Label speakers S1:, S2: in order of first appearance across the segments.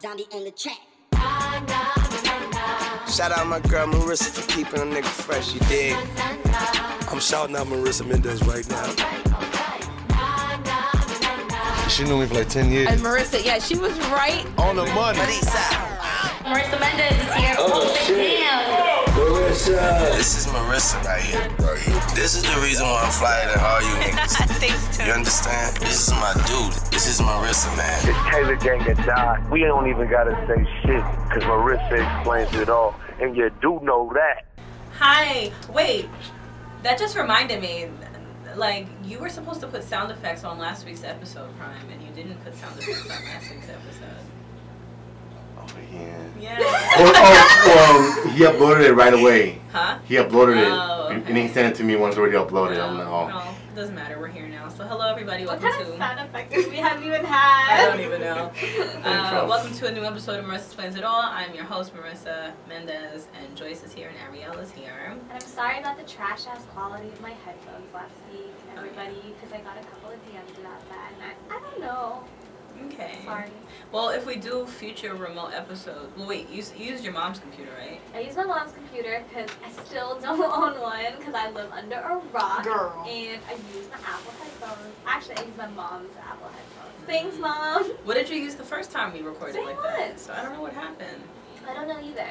S1: zombie on the track.
S2: Shout out my girl Marissa for keeping a nigga fresh, you dig?
S3: I'm shouting out Marissa Mendez right now. She knew me for like 10 years.
S4: And Marissa, yeah, she was right.
S3: On the money.
S5: Marissa Mendez is here. Oh, shit.
S2: Marissa. This is Marissa right here. Right here. This is the reason why I'm flyer than all you niggas.
S6: Thanks,
S2: You understand? This is my dude. This is Marissa, man.
S7: It's Taylor Gang that died. We don't even gotta say shit, cause Marissa explains it all. And you do know that.
S6: Hi. Wait. That just reminded me. Like you were supposed to put sound effects on last week's episode, Prime, and you didn't put sound effects on last week's episode.
S8: Oh, yeah.
S6: Yeah.
S8: Well, oh, well, he uploaded it right away.
S6: Huh?
S8: He uploaded it,
S6: Oh,
S8: and-
S6: okay.
S8: and he sent it to me once already uploaded. I'm like,
S6: No,
S8: oh.
S6: no, Um, doesn't matter. We're here now. So hello everybody.
S5: What
S6: Welcome
S5: kind of
S6: to.
S5: sound effects we haven't even
S6: I don't
S5: had?
S6: even know. Uh,
S8: trouble.
S6: welcome to a new episode of Marissa Explains It All. I'm your host Marissa Mendez, and Joyce is here, and Ariel is here.
S5: And I'm sorry about the trash ass quality of my headphones last week, everybody, because I got a couple of DMs about that, and I, I don't know.
S6: Okay.
S5: Sorry.
S6: Well, if we do future remote episodes, well, wait, you, s- you used your mom's computer, right?
S5: I use my mom's computer because I still don't own one because I live under a rock.
S4: Girl.
S5: And I use my Apple headphones. Actually, I use my mom's Apple headphones. Thanks, mom.
S6: What did you use the first time we recorded
S5: Same
S6: like that?
S5: one.
S6: So I don't know what happened.
S5: I don't know either.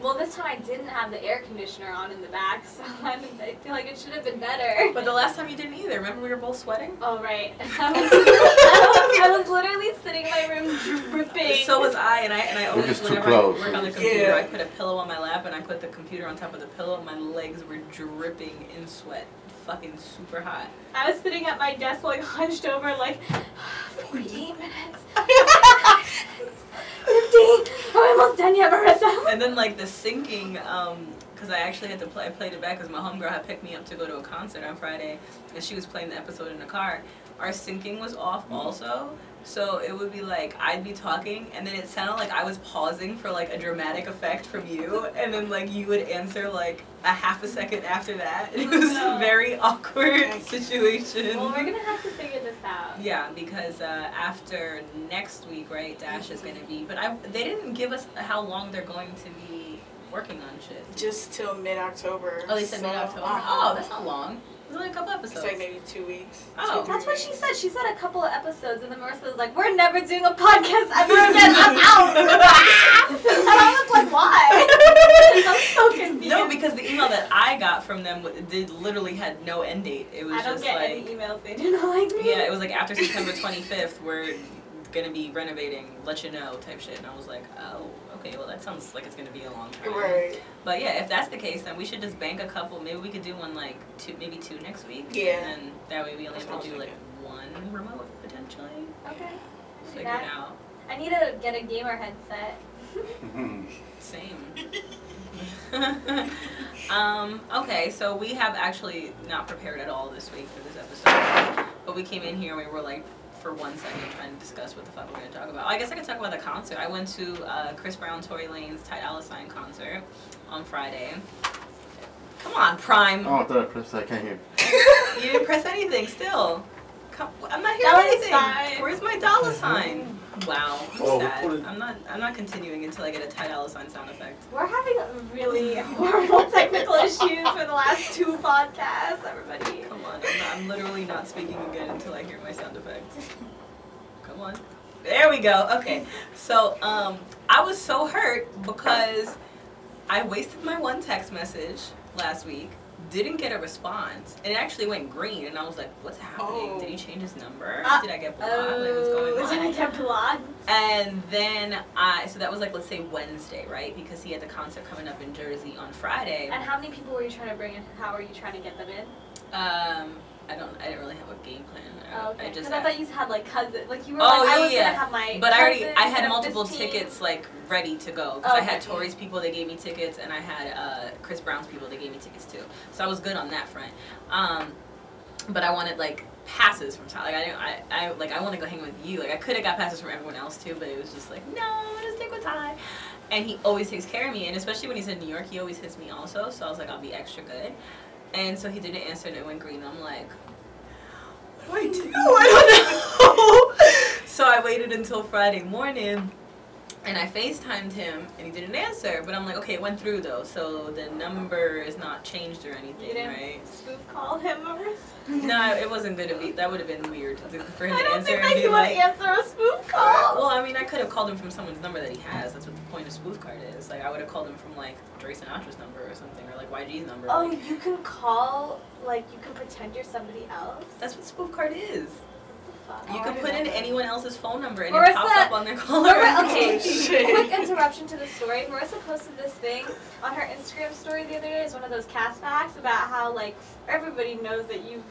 S5: Well, this time I didn't have the air conditioner on in the back, so I'm, I feel like it should have been better.
S6: But the last time you didn't either. Remember we were both sweating?
S5: Oh, right. I was, I was literally sitting in my room dripping.
S6: So was I, and I and I always
S8: just too
S6: whenever
S8: close.
S6: I work on the computer,
S4: Yeah.
S6: I put a pillow on my lap and I put the computer on top of the pillow. and My legs were dripping in sweat, fucking super hot.
S5: I was sitting at my desk, like, hunched over, like, 48 minutes. 15. We're almost done yet, Marissa.
S6: And then like the sinking, um, because I actually had to play. I played it back because my homegirl had picked me up to go to a concert on Friday, and she was playing the episode in the car. Our syncing was off also, so it would be like I'd be talking, and then it sounded like I was pausing for like a dramatic effect from you, and then like you would answer like a half a second after that. It was a
S5: Oh, no.
S6: very awkward situation.
S5: Well, we're gonna have to figure this out.
S6: Yeah, because uh, after next week, right? Dash is gonna be, but I they didn't give us how long they're going to be working on shit.
S9: just till mid October.
S6: Oh, they said mid October. Oh, that's not long. It's only a couple episodes.
S9: it's like maybe two weeks.
S6: Oh.
S9: two,
S5: That's
S9: three
S5: what she
S9: weeks.
S5: said. She said a couple of episodes, and then Marissa was like, "We're never doing a podcast ever again. I'm out." and I was like, "Why?" I'm so confused.
S6: no, because the email that I got from them w- did literally had no end date. It was
S5: I don't
S6: just
S5: get
S6: like
S5: any emails. They do not like me.
S6: yeah, it was like after September 25th, we're gonna be renovating. Let you know, type shit. And I was like, oh, okay. Well, that sounds like it's gonna be a long time.
S9: Right.
S6: But yeah, if that's the case, then we should just bank a couple. Maybe we could do one like two, maybe two next week.
S9: Yeah.
S6: And then that way we only
S9: That's
S6: have to
S9: what
S6: do
S9: I was
S6: like one remote potentially.
S5: Okay. Do
S6: Figure
S5: that.
S6: it out.
S5: I need to get a gamer headset.
S6: Same. um, okay, so we have actually not prepared at all this week for this episode. But we came in here and we were like, for one second, trying to discuss what the fuck we're going to talk about. I guess I could talk about the concert. I went to uh, Chris Brown, Tory Lane's Ty Dolla Sign concert on Friday. Come on, Prime.
S8: Oh, I thought I pressed that. I can't hear.
S6: You didn't press anything still. Come, I'm not
S5: Dollar
S6: hearing anything.
S5: sign.
S6: Where's my dollar sign? Wow, I'm
S3: Oh,
S6: sad.
S3: what is-
S6: I'm not. I'm not continuing until I get a Ty Dolla Sign sound effect.
S5: We're having really horrible technical issues for the last two podcasts, everybody.
S6: Come on, I'm, not, I'm literally not speaking again until I hear my sound effect. Come on. There we go. Okay. So, um, I was so hurt because I wasted my one text message last week, didn't get a response, and it actually went green, and I was like, what's happening?
S9: Oh.
S6: Did he change his number?
S5: Uh,
S6: Did I get blocked? like, what's
S5: Oh,
S6: going on?
S5: did I get blocked?
S6: And then I, so that was like, let's say Wednesday, right? Because he had the concert coming up in Jersey on Friday.
S5: And how many people were you trying to bring in? How were you trying to get them in?
S6: Um, I don't, I didn't really have a game plan. Uh, I,
S5: Oh, okay.
S6: I just,
S5: Because I thought you had like cousin, like you were
S6: Oh,
S5: like I
S6: yeah,
S5: was
S6: yeah.
S5: gonna have my.
S6: but I already,
S5: cousins
S6: I had
S5: and
S6: multiple
S5: 15.
S6: tickets like ready to go. Cause
S5: Oh,
S6: I had
S5: okay.
S6: Tori's people, they gave me tickets, and I had uh, Chris Brown's people, they gave me tickets too. So I was good on that front. Um, but I wanted like passes from Tyler. Like, I didn't, I, I like I want to go hang with you. Like I could have got passes from everyone else too, but it was just like no, I'm gonna stick with Ty. And he always takes care of me, and especially when he's in New York, he always hits me also. So I was like, I'll be extra good. And so he didn't answer, and it went green. I'm like, what do I do? I don't know. so I waited until Friday morning And I FaceTimed him and he didn't answer, but I'm like, okay, it went through though, so the number is not changed or anything,
S5: You didn't
S6: right?
S5: spoof call him Marissa.
S6: no, it wasn't good to be. That would have been weird to- for him
S5: I
S6: to
S5: don't
S6: answer
S5: think
S6: and
S5: that
S6: be
S5: you want
S6: like.
S5: to answer a spoof call.
S6: Well, I mean, I could have called him from someone's number that he has. That's what the point of spoof card is. Like, I would have called him from like Dre Sinatra's number or something, or like YG's number.
S5: Oh,
S6: Like,
S5: you can call, like, you can pretend you're somebody else.
S6: that's what spoof card is.
S5: Fuck.
S6: You
S9: Oh, I
S6: can
S9: didn't
S6: put
S9: know
S6: in
S9: that.
S6: anyone else's phone number and it
S5: Marissa-
S6: pops up on their caller.
S5: Mar- okay,
S9: Oh, shit.
S5: quick interruption to the story. Marissa posted this thing on her Instagram story the other day. It's one of those cast facts about how like everybody knows that you've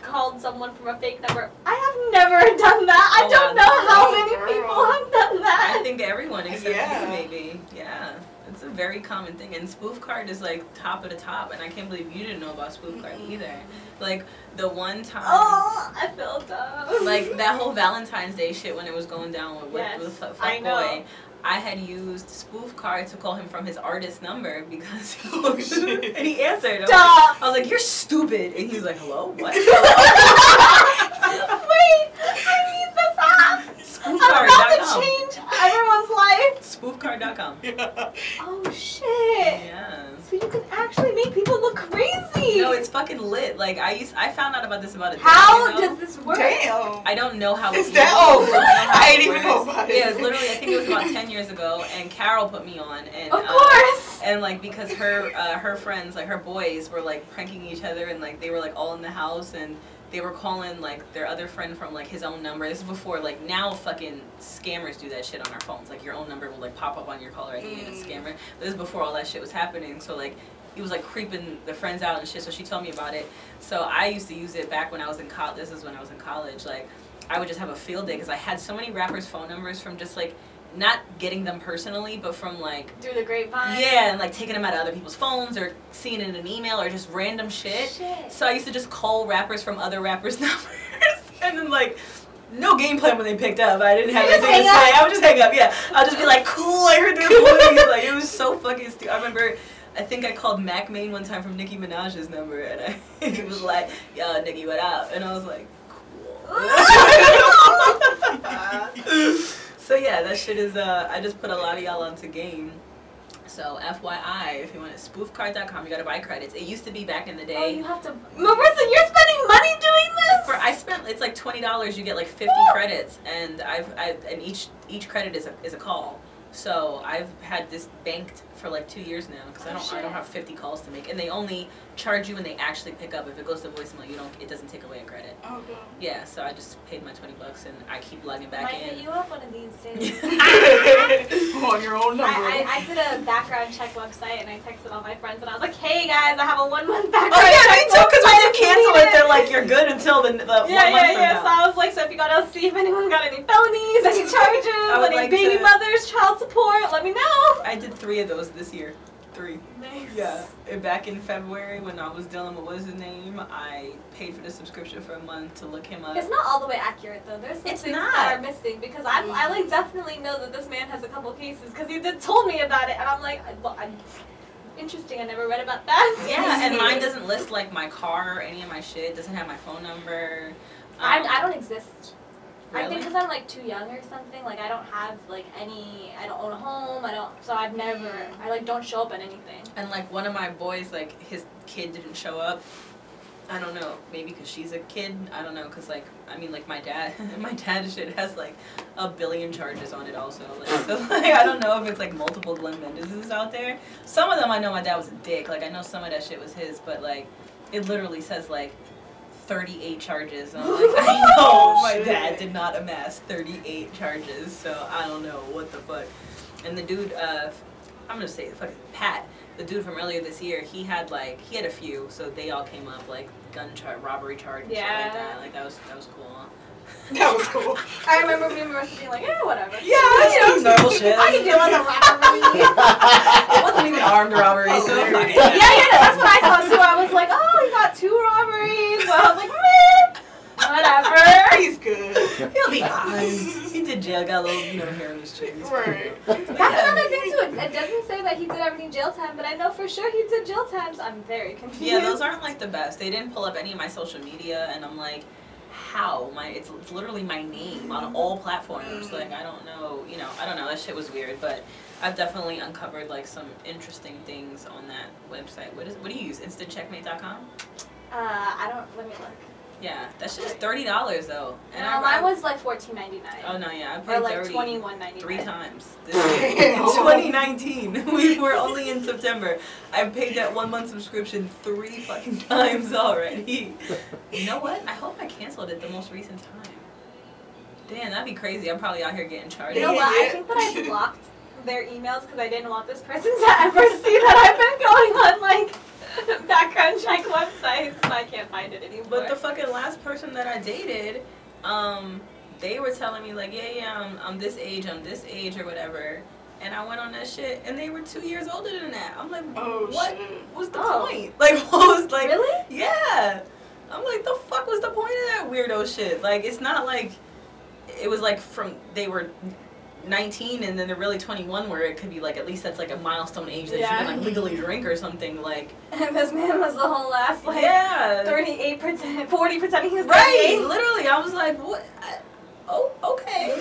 S5: called someone from a fake number. I have never done that. I
S6: Oh,
S5: don't
S6: wow.
S5: know how
S9: Oh,
S5: many
S9: girl.
S5: people have done
S6: I
S5: that.
S6: think everyone except
S9: Yeah.
S6: you, maybe. Yeah. It's a very common thing. And spoof card is like top of the top. And I can't believe you didn't know about spoof card either. Like, the one time.
S5: Mm-hmm. Oh, I feel dumb.
S6: like that whole Valentine's Day shit when it was going down with, with,
S5: Yes,
S6: with Fuck
S5: I know.
S6: Boy. I had used spoof card to call him from his artist number because he
S9: Oh, shit.
S6: and he answered. I was,
S5: Stop.
S6: like, I was like, "You're stupid," and he's like, "Hello, what?"
S5: Wait, I need this app. I'm about to
S6: Spoofcard.com.
S5: change everyone's life.
S6: Spoofcard.com.
S5: Oh shit.
S6: Yeah.
S5: So you can actually make people look crazy.
S6: No, it's fucking lit. Like I used, I found out about this about a day
S5: how
S6: ago.
S5: does this work?
S9: Damn.
S6: I don't know how
S9: It's
S6: it
S9: that old.
S6: works. I don't know how
S9: I
S6: it
S9: ain't even
S6: works.
S9: know about it.
S6: Yeah, it's literally. I think it was about ten years ago, and Carol put me on. And
S5: Of
S6: uh,
S5: course.
S6: and like because her uh, her friends like her boys were like pranking each other and like they were like all in the house and they were calling like their other friend from like his own number this is before like now fucking scammers do that shit on our phones like your own number will like pop up on your caller id and it's scammer this is before all that shit was happening so like he was like creeping the friends out and shit so she told me about it so i used to use it back when i was in college this is when i was in college like i would just have a field day because i had so many rappers phone numbers from just like not getting them personally but from like
S5: Through the grapevine.
S6: yeah, and like taking them out of other people's phones or seeing it in an email or just random shit.
S5: Shit.
S6: So I used to just call rappers from other rappers' numbers and then like no game plan when they picked up. I didn't have
S5: You just
S6: anything to say.
S5: hang up.
S6: I would just hang up, yeah. I'll just be like, cool, I heard their voice. like it was so fucking stupid. I remember I think I called Mac Main one time from Nicki Minaj's number and I he was like, Yo, Nicki, what up? And I was like, Cool. so yeah, that shit is uh I just put a lot of y'all onto game. So FYI, if you want it, spoofcard.com, you gotta buy credits. It used to be back in the day.
S5: Oh, you have to. Marissa, you're spending money doing this.
S6: For I spent it's like twenty dollars. You get like fifty
S5: Woo!
S6: credits, and I've, I've and each each credit is a is a call. So I've had this banked for like two years now because I
S5: Oh,
S6: don't I
S5: shit.
S6: don't have fifty calls to make, and they only charge you when they actually pick up. If it goes to voicemail, you don't it doesn't take away a credit.
S9: Oh,
S6: Yeah, so I just paid my twenty bucks and I keep logging
S5: I
S6: back
S5: might
S6: in.
S5: hit you up one of these days.
S6: Oh,
S9: no. on your own number.
S5: I, I, I did a background check website and I texted all my friends and I was like, hey guys, I have a one month background
S6: Oh yeah, me
S5: check.
S6: too. Because once you
S5: website if
S6: cancel
S5: need
S6: it, they're like you're good until the, the one month
S5: yeah, yeah,
S6: from
S5: yeah.
S6: now.
S5: So I was like, so if you gotta see if anyone got any felonies, any
S6: I
S5: charges,
S6: would
S5: any
S6: like
S5: baby
S6: to-
S5: mothers, child support, let me know.
S6: I did three of those this year. Three. Yeah. And back in February when I was dealing with what's his name, I paid for the subscription for a month to look him up.
S5: It's not all the way accurate though. There's some
S6: It's
S5: things
S6: not.
S5: that are missing because I, I like definitely know that this man has a couple cases because he did told me about it and I'm like, I- well, I'm interesting. I never read about that.
S6: yeah, and mine doesn't list like my car or any of my shit. Doesn't have my phone number. Um,
S5: I'm, I don't exist. I think
S6: Really?
S5: because I'm like too young or something. Like I don't have like any. I don't own a home. I don't. So I've never. I like don't show up at anything.
S6: And like one of my boys, like his kid didn't show up. I don't know, maybe because she's a kid. I don't know, because like I mean, like my dad, my dad shit has like a billion charges on it also. Like, so like I don't know if it's like multiple Glenn Mendelses out there. Some of them I know my dad was a dick. Like I know some of that shit was his, but like it literally says like. 38 charges. And I'm like, I
S5: Oh,
S6: know my
S9: Shit.
S6: dad did not amass 38 charges, so I don't know what the fuck. And the dude, uh, I'm gonna say fucking Pat, the dude from earlier this year, he had like he had a few, so they all came up like gun charge, robbery charge, and shit like
S5: Yeah.
S6: that. Like that was that was cool.
S9: that was cool.
S5: I remember me and Marissa being like, yeah, whatever.
S6: Yeah, you know, normal shit.
S5: I can deal with a robbery.
S6: It wasn't even armed robbery,
S5: Oh,
S6: so fuck it.
S5: yeah, yeah, that's what I thought too. I was like, oh, he got two robberies. So I was like,
S6: "Oh,
S5: meh, whatever.
S9: He's good.
S6: He'll be fine. He did jail, got a little you know hair in his chin.
S9: right.
S5: That's another thing too. It, it doesn't say that he did ever any jail time, but I know for sure he did jail times. I'm very confused.
S6: Yeah, those aren't like the best. They didn't pull up any of my social media, and I'm like, how my it's, it's literally my name on all platforms. Like I don't know, you know, I don't know. That shit was weird, but I've definitely uncovered like some interesting things on that website. What is what do you use? InstantCheckmate.com.
S5: Uh, I don't. Let me look.
S6: Yeah, that shit is thirty dollars though. And
S5: No,
S6: I,
S5: mine was like fourteen ninety
S6: Oh
S5: nine.
S6: no, yeah, I paid
S5: Or like
S6: $30.
S5: twenty one ninety
S6: three
S5: nine.
S6: times this year. Oh. in 2019. We were only in September. I've paid that one month subscription three fucking times already. You know what? I hope I canceled it the most recent time. Damn, that'd be crazy. I'm probably out here getting charged.
S5: You know what? I
S9: Yeah.
S5: think that I blocked their emails because I didn't want this person to ever see that I've been going on like background check websites. So I can't find it anymore.
S6: But the fucking last person that I dated, um, they were telling me like, yeah, yeah, I'm, I'm this age, I'm this age or whatever. And I went on that shit, and they were two years older than that. I'm like,
S9: Oh,
S6: what
S9: shit.
S6: was the
S5: Oh.
S6: point? Like, what was like?
S5: Really?
S6: Yeah. I'm like, the fuck was the point of that weirdo shit? Like, it's not like it was like from they were 19 and then they're really 21, where it could be like at least that's like a milestone age that you
S5: Yeah.
S6: can like legally drink or something. Like,
S5: and this man was the whole last like
S6: yeah,
S5: thirty eight percent, forty percent. He was
S6: Right.
S5: 38.
S6: Literally, I was like, what? I, oh, okay.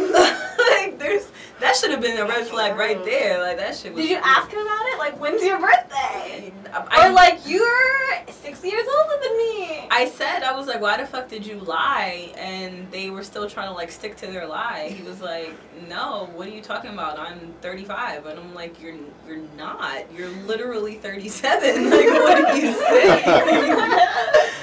S6: like, there's that should have been a red flag right there. Like that shit was.
S5: Did you ask him about it? Like, when's your birthday?
S6: I, I,
S5: or like, you're six years older than me.
S6: I said I was like, why the fuck did you lie? And they were still trying to like stick to their lie. He was like, no, what are you talking about? I'm 35, and I'm like, you're you're not. You're literally 37. Like, what are you saying?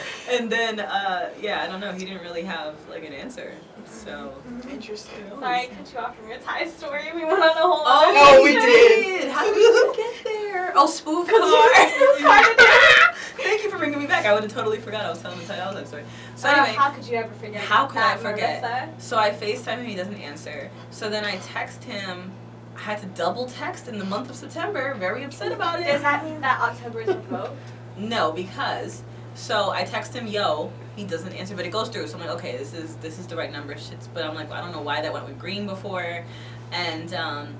S6: and then, uh, yeah, I don't know. He didn't really have like an answer. So.
S9: Interesting.
S5: Sorry, I cut you off from your Thai story. We went on a whole.
S6: Oh,
S5: other
S9: No, we
S5: tangent.
S9: did.
S6: How did we even get there? Oh, spoof car.
S5: Spoof car
S6: Thank you for bringing me back. I would have totally forgot I was telling the title that story. So
S5: Uh,
S6: anyway,
S5: how could you ever forget?
S6: how could I
S5: that,
S6: forget?
S5: Marissa?
S6: so I FaceTime him. He doesn't answer. So then I text him. I had to double text in the month of September. Very upset about it.
S5: Does that mean that October is revoked?
S6: No, because so I text him, yo, he doesn't answer, but it goes through. So I'm like, okay, this is this is the right number. Shit's, but I'm like, I don't know why that went with green before, and um,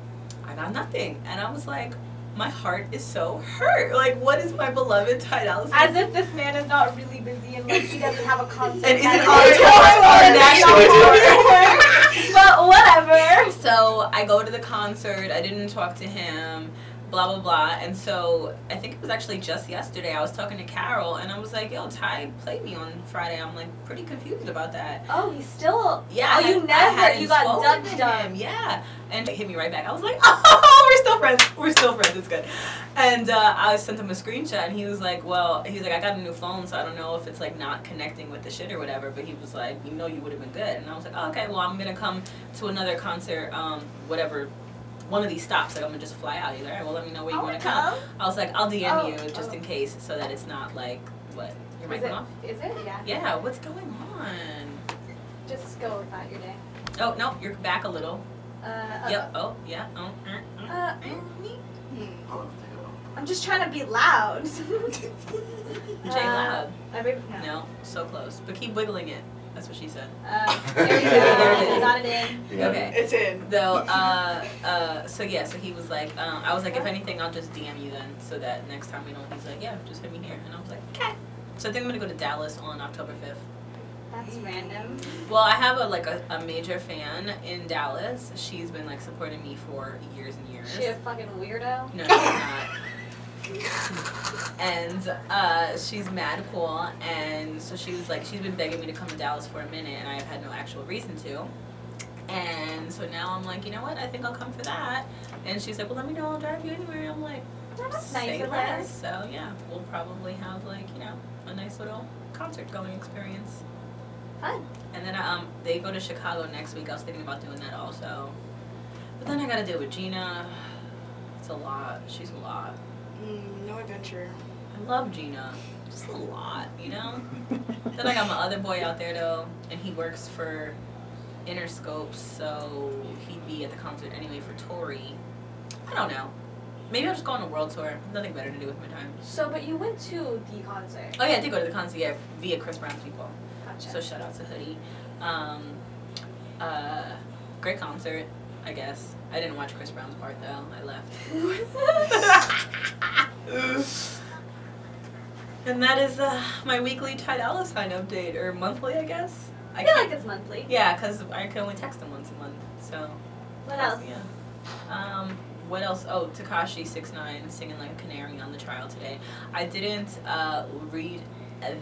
S6: I got nothing, and I was like, my heart is so hurt. Like, what is my beloved Ty Dolla Sign?
S5: As if this man is not really busy and like he doesn't have a concert.
S6: and is
S5: that
S6: it
S5: is
S6: on tour or national tour?
S5: But whatever.
S6: So I go to the concert. I didn't talk to him. Blah blah blah. And so I think it was actually just yesterday. I was talking to Carol, and I was like, "Yo, Ty played me on Friday." I'm like pretty confused about that.
S5: Oh, he's still.
S6: Yeah.
S5: Oh,
S6: I
S5: you
S6: had- I
S5: never.
S6: hadn't
S5: You got
S6: spoken
S5: dubbed
S6: to him,
S5: dumb.
S6: Yeah. And it hit me right back. I was like, oh, we're still friends. We're still friends. It's good. And uh, I sent him a screenshot, and he was like, well, he's like, I got a new phone, so I don't know if it's like not connecting with the shit or whatever. But he was like, you know, you would have been good. And I was like, oh, okay, well, I'm gonna come to another concert, um, whatever. One of these stops, like I'm gonna just fly out. He's like, all right, well, let me know where you
S5: Oh,
S6: want to come.
S5: come.
S6: I was like, I'll DM
S5: Oh,
S6: you just
S5: oh.
S6: in case, so that it's not like what your
S5: Is
S6: mic
S5: it?
S6: went off.
S5: Is it? Yeah.
S6: Yeah, what's going on?
S5: Just go about your day.
S6: Oh no, you're back a little.
S5: Uh,
S6: Yep. Oh, yeah. Oh, mm,
S5: Uh,
S6: mm.
S5: uh, I'm just trying to be loud. Jay
S9: Uh,
S6: J Lab.
S5: I mean, no.
S6: No, so close. But keep wiggling it. That's what she said.
S5: Uh, there you go. Got it in.
S8: You got it?
S6: Okay.
S9: It's in.
S6: Though, uh, uh, so yeah, so he was like, um, I was like, if anything, I'll just DM you then, so that next time we don't. He's like, yeah, just hit me here, and I was like, okay. So I think I'm gonna go to Dallas on October 5th.
S5: That's random.
S6: Well, I have a like a, a major fan in Dallas. She's been like supporting me for years and years.
S5: She a fucking weirdo.
S6: No, she's not. and uh, she's mad cool, and so she was like, she's been begging me to come to Dallas for a minute, and I've had no actual reason to. And so now I'm like, you know what? I think I'll come for that. And she's like, well, let me know. I'll drive you anywhere. I'm like,
S5: That's
S6: say
S5: nice of her.
S6: less. So yeah, we'll probably have like you know a nice little concert going experience.
S5: Fun.
S6: And then um, they go to Chicago next week. I was thinking about doing that also, but then I got to deal with Gina. It's a lot. She's a lot.
S9: Mm, no adventure.
S6: I love Gina. Just a lot, you know? then I got my other boy out there though, and he works for Interscope, so he'd be at the concert anyway for Tori. I don't know. Maybe I'll just go on a world tour. Nothing better to do with my time.
S5: So, but you went to the concert.
S6: Oh yeah, I did go to the concert yeah, via Chris Brown's people.
S5: Gotcha.
S6: So shout out to Hoodie. Um, uh, great concert, I guess. I didn't watch Chris Brown's part though. I left. and that is uh, my weekly Ty Dolla Sign update, or monthly, I guess.
S5: I
S6: I
S5: feel
S6: can't.
S5: like it's monthly.
S6: Yeah, because I can only text him once a month. So.
S5: What else?
S6: Yeah. Um, what else? Oh, Takashi six nine singing like a canary on the trial today. I didn't uh, read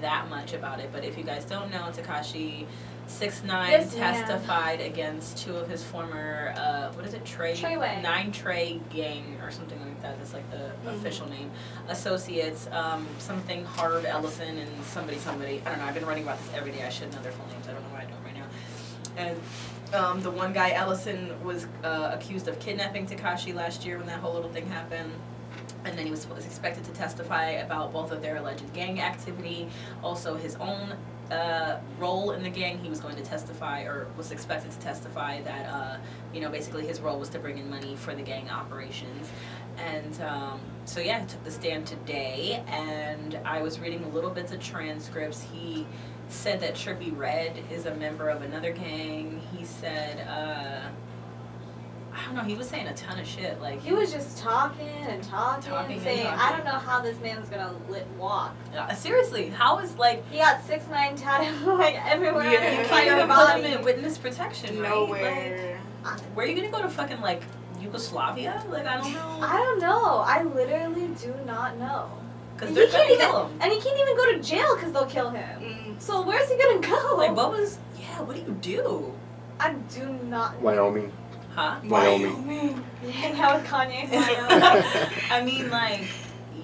S6: that much about it, but if you guys don't know, Takashi six nine
S5: This man.
S6: testified against two of his former uh, what is it Trey
S5: Treyway.
S6: nine Trey gang or something like that. That's like the official name. Associates, um, something Harv Ellison and somebody somebody. I don't know. I've been writing about this every day. I should know their full names. I don't know why I don't right now. And um, the one guy, Ellison, was uh, accused of kidnapping Takashi last year when that whole little thing happened. And then he was, was expected to testify about both of their alleged gang activity, also his own uh, role in the gang. He was going to testify, or was expected to testify, that, uh, you know, basically his role was to bring in money for the gang operations. And um, so, yeah, he took the stand today, and I was reading little bits of transcripts. He said that Trippy Red is a member of another gang. He said, uh, I don't know, he was saying a ton of shit. Like,
S5: He was just talking and talking,
S6: Talking and
S5: and saying, I
S6: talking.
S5: don't know how this man's gonna lit walk.
S6: Uh, seriously, how is, like,
S5: He got six nine tatted like
S6: you,
S5: everywhere.
S6: you
S9: Yeah,
S5: in
S9: like
S6: can't
S5: his
S6: even put
S5: body.
S6: him in witness protection, right?
S9: Nowhere.
S6: Like, where are you gonna go to fucking, like, Yugoslavia? Like, I don't know.
S5: I don't know. I literally do not know.
S6: Because
S5: He
S6: they're
S5: can't
S6: gonna
S5: even,
S6: kill him.
S5: and he can't even go to jail because they'll kill him.
S9: Mm,
S5: So where's he gonna go?
S6: Like, what was, yeah, what do you do?
S5: I do not.
S8: Wyoming.
S6: Huh?
S8: Wyoming.
S5: Hang out with Kanye.
S6: I mean, like,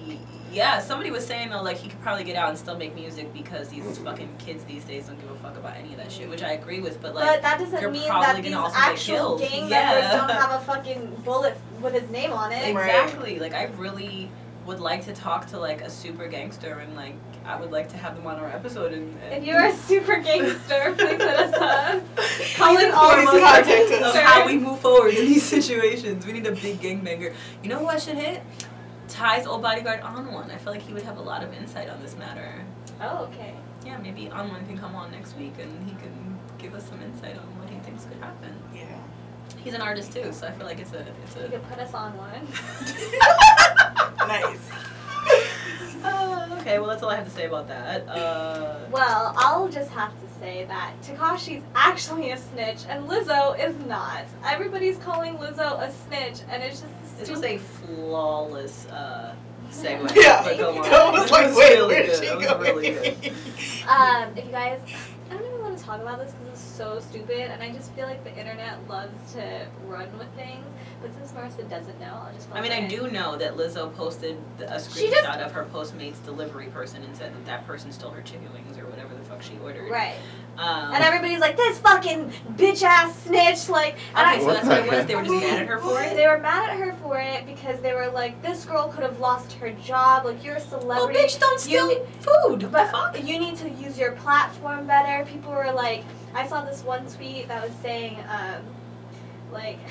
S6: y- yeah, somebody was saying though, like, he could probably get out and still make music because these fucking kids these days don't give a fuck about any of that shit, which I agree with, but like,
S5: but that doesn't
S6: you're
S5: mean
S6: probably gonna
S5: that these
S6: also get
S5: actual
S6: killed.
S5: gang
S6: Yeah.
S5: members don't have a fucking bullet with his name on it.
S6: exactly. Like, I really would like to talk to like a super gangster and like, I would like to have them on our episode and.
S5: If
S6: and
S5: you're a super gangster, please hit us up.
S6: Please
S5: Colin always
S6: inform us
S9: contact
S6: of
S9: us.
S6: how we move forward in these situations. We need a big gangbanger. You know who I should hit? Ty's old bodyguard on one. I feel like he would have a lot of insight on this matter.
S5: Oh, okay.
S6: Yeah, maybe Anwen can come on next week and he can give us some insight on what he thinks could happen.
S9: yeah.
S6: He's an artist too, so I feel like it's a it's
S5: You
S6: a.
S5: could put us on one.
S9: Nice.
S6: Uh, okay, well that's all I have to say about that. Uh,
S5: Well, I'll just have to say that Takashi's actually a snitch and Lizzo is not. Everybody's calling Lizzo a snitch, and it's just the
S6: this
S5: stu-
S6: was a flawless uh, segue.
S9: Yeah.
S6: but go on.
S9: I was
S6: This
S9: like,
S6: was
S9: wait,
S6: really
S9: where's
S6: good.
S9: she
S6: That was
S9: going?
S6: really good.
S5: Um, if you guys, I don't even want to talk about this because it's so stupid, and I just feel like the internet loves to run with things. But since Marissa doesn't know, I'll just.
S6: I mean, I
S5: it.
S6: do know that Lizzo posted the- a
S5: She
S6: screenshot
S5: just-
S6: of her Postmates delivery person and said that that person stole her chicken wings or whatever the fuck she ordered.
S5: Right,
S6: Um,
S5: and everybody's like, "This fucking bitch ass snitch!" Like, and I,
S6: okay, so
S8: What
S6: that's
S8: the
S6: what it was.
S8: heck?
S6: They were just mad at her for it.
S5: They were mad at her for it because they were like, "This girl could have lost her job. Like, you're a
S6: Oh,
S5: celebrity.
S6: bitch, don't steal food. What the
S5: But
S6: fuck?
S5: you need to use your platform better. People were like, I saw this one tweet that was saying, um, like,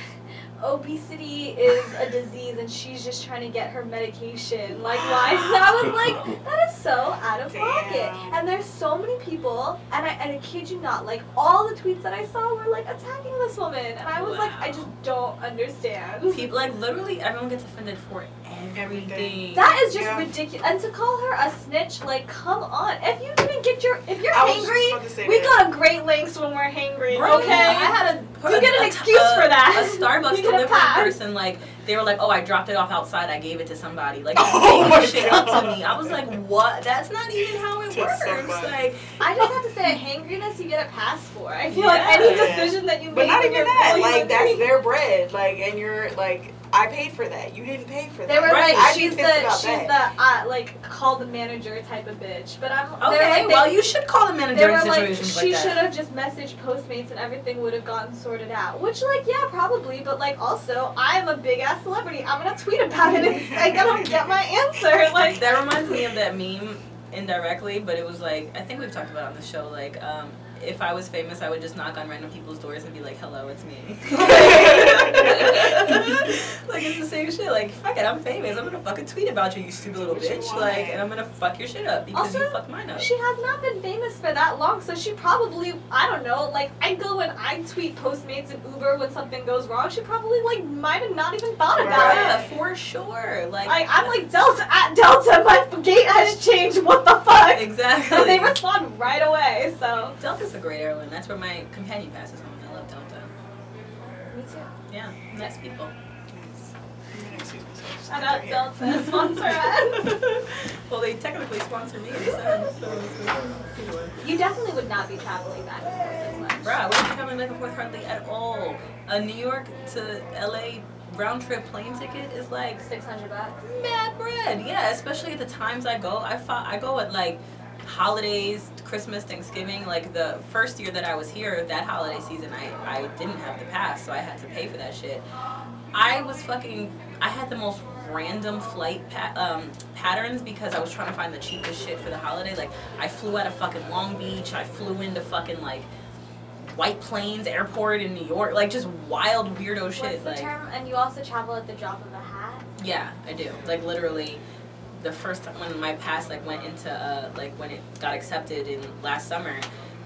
S5: obesity is a disease and she's just trying to get her medication. Like, why? So I was like, that is so out of pocket.
S9: Damn.
S5: And there's so many people, and I, and I kid you not, like, all the tweets that I saw were like attacking this woman. And I was like, I
S6: Wow.
S5: just don't understand.
S6: People like literally everyone gets offended for everything.
S5: That is just
S9: Yeah.
S5: ridiculous. And to call her a snitch, like, come on. If you didn't get your, if you're
S9: I was just
S5: angry,
S9: about to say
S5: we
S9: that.
S5: go to great lengths when we're hangry.
S6: Bro,
S5: Okay.
S6: I had a
S5: You get an
S6: a-
S5: excuse
S6: a-
S5: for that.
S6: A Starbucks
S5: You get a
S6: delivery
S5: pass.
S6: person like they were like, "Oh, I dropped it off outside. I gave it to somebody." Like,
S9: Oh
S6: they
S9: my
S6: gave shit up to
S9: God.
S6: me. I was like, "What? That's not even how it
S9: To
S6: works."
S9: somebody.
S6: Like,
S5: I just have to say, hangriness you get a pass for. I feel
S6: Yeah.
S5: like any
S9: Yeah.
S5: decision that you make,
S9: But not
S5: when
S9: even
S5: you're
S9: that.
S5: really
S9: Like that's
S5: hungry-
S9: their bread. Like and you're like, I paid for that. You didn't pay for that.
S5: They were
S6: Right,
S5: like,
S9: I'd be
S5: she's
S9: pissed
S5: the
S9: about
S5: she's
S9: that.
S5: the uh, like call the manager type of bitch. But I'm
S6: okay,
S5: they're like, they-
S6: well, you should call the manager
S5: They
S6: in
S5: were like,
S6: situations
S5: she
S6: like
S5: should
S6: that.
S5: have just messaged Postmates and everything would have gotten sorted out. Which, like, yeah, probably, but like, also, I'm a big ass celebrity. I'm gonna tweet about it and I'm gonna get my answer. Like,
S6: that reminds me of that meme indirectly, but it was like I think we've talked about it on the show. Like, um, if I was famous, I would just knock on random people's doors and be like, "Hello, it's me." like it's the same shit. Like, fuck it, I'm famous. I'm gonna fucking tweet about you, you stupid little
S9: What you
S6: bitch.
S9: want.
S6: Like, and I'm gonna fuck your shit up because you
S5: Also,
S6: fucked mine up.
S5: she has not been famous for that long, so she probably, I don't know, like, I go and I tweet Postmates and Uber when something goes wrong. She probably, like, might have not even thought about
S9: Right.
S5: it.
S6: yeah, for sure. Like,
S5: Like, I'm like, Delta, at Delta, my gate has changed. What the fuck?
S6: exactly.
S5: And they respond right away, so.
S6: Delta's Delta's a great airline. That's where my companion passes on. I love Delta.
S5: Me too.
S6: Yeah, nice people.
S5: Shout out Delta, sponsor us.
S6: well, they technically sponsor me. So, so, so.
S5: You definitely would not be traveling back and forth as much.
S6: Bruh, we're not coming back and forth hardly at all. A New York to LA round trip plane ticket is like
S5: Six hundred bucks.
S6: mad bread. Yeah, especially at the times I go. I fi- I go at like holidays, Christmas, Thanksgiving. Like the first year that I was here, that holiday season, I I didn't have the pass, so I had to pay for that shit. I was fucking. I had the most random flight pa- um, patterns because I was trying to find the cheapest shit for the holiday. Like I flew out of fucking Long Beach. I flew into fucking like. White Plains Airport in New York, like just wild weirdo Oh, shit.
S5: What's the
S6: like,
S5: term? And you also travel at the drop of a hat.
S6: yeah, I do. Like literally, the first time when my pass like went into uh, like when it got accepted in last summer,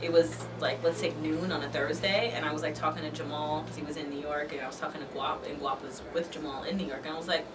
S6: it was like let's say noon on a Thursday, and I was like talking to Jamal because he was in New York, and I was talking to Guap, and Guap was with Jamal in New York, and I was like,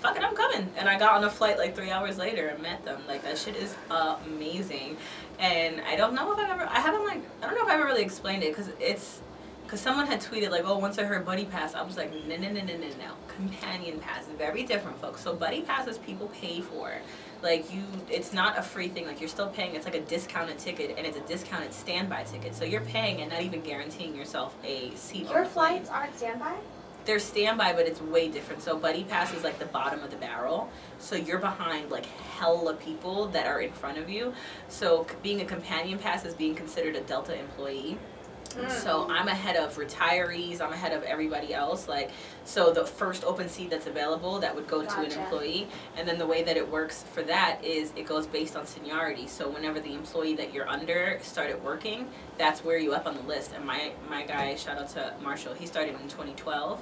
S6: "Fuck it, I'm coming." And I got on a flight like three hours later and met them. Like that shit is amazing, and I don't know if I've ever, I haven't like, I don't know if I've ever really explained it because it's. Cause someone had tweeted like, oh, once I heard buddy pass, I was like, no, no, no, no, no, no. Companion pass, very different, folks. So buddy passes people pay for. Like you, it's not a free thing. Like you're still paying. It's like a discounted ticket, and it's a discounted standby ticket. So you're paying and not even guaranteeing yourself a seat. on
S5: Your
S6: the plane
S5: flights aren't standby.
S6: they're standby, but it's way different. So buddy pass is like the bottom of the barrel. So you're behind like hella people that are in front of you. So c- being a companion pass is being considered a Delta employee. So I'm ahead of retirees. I'm ahead of everybody else. Like, so the first open seat that's available that would go to an
S5: Gotcha.
S6: employee, and then the way that it works for that is it goes based on seniority. So whenever the employee that you're under started working, that's where you up on the list. And my my guy, shout out to Marshall. He started in 2012,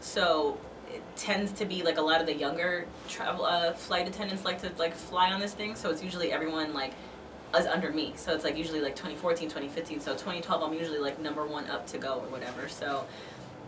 S6: so it tends to be like a lot of the younger travel uh, flight attendants like to like fly on this thing. So it's usually everyone like is under me. So it's like usually like 2014, 2015. So 2012, I'm usually like number one up to go or whatever. So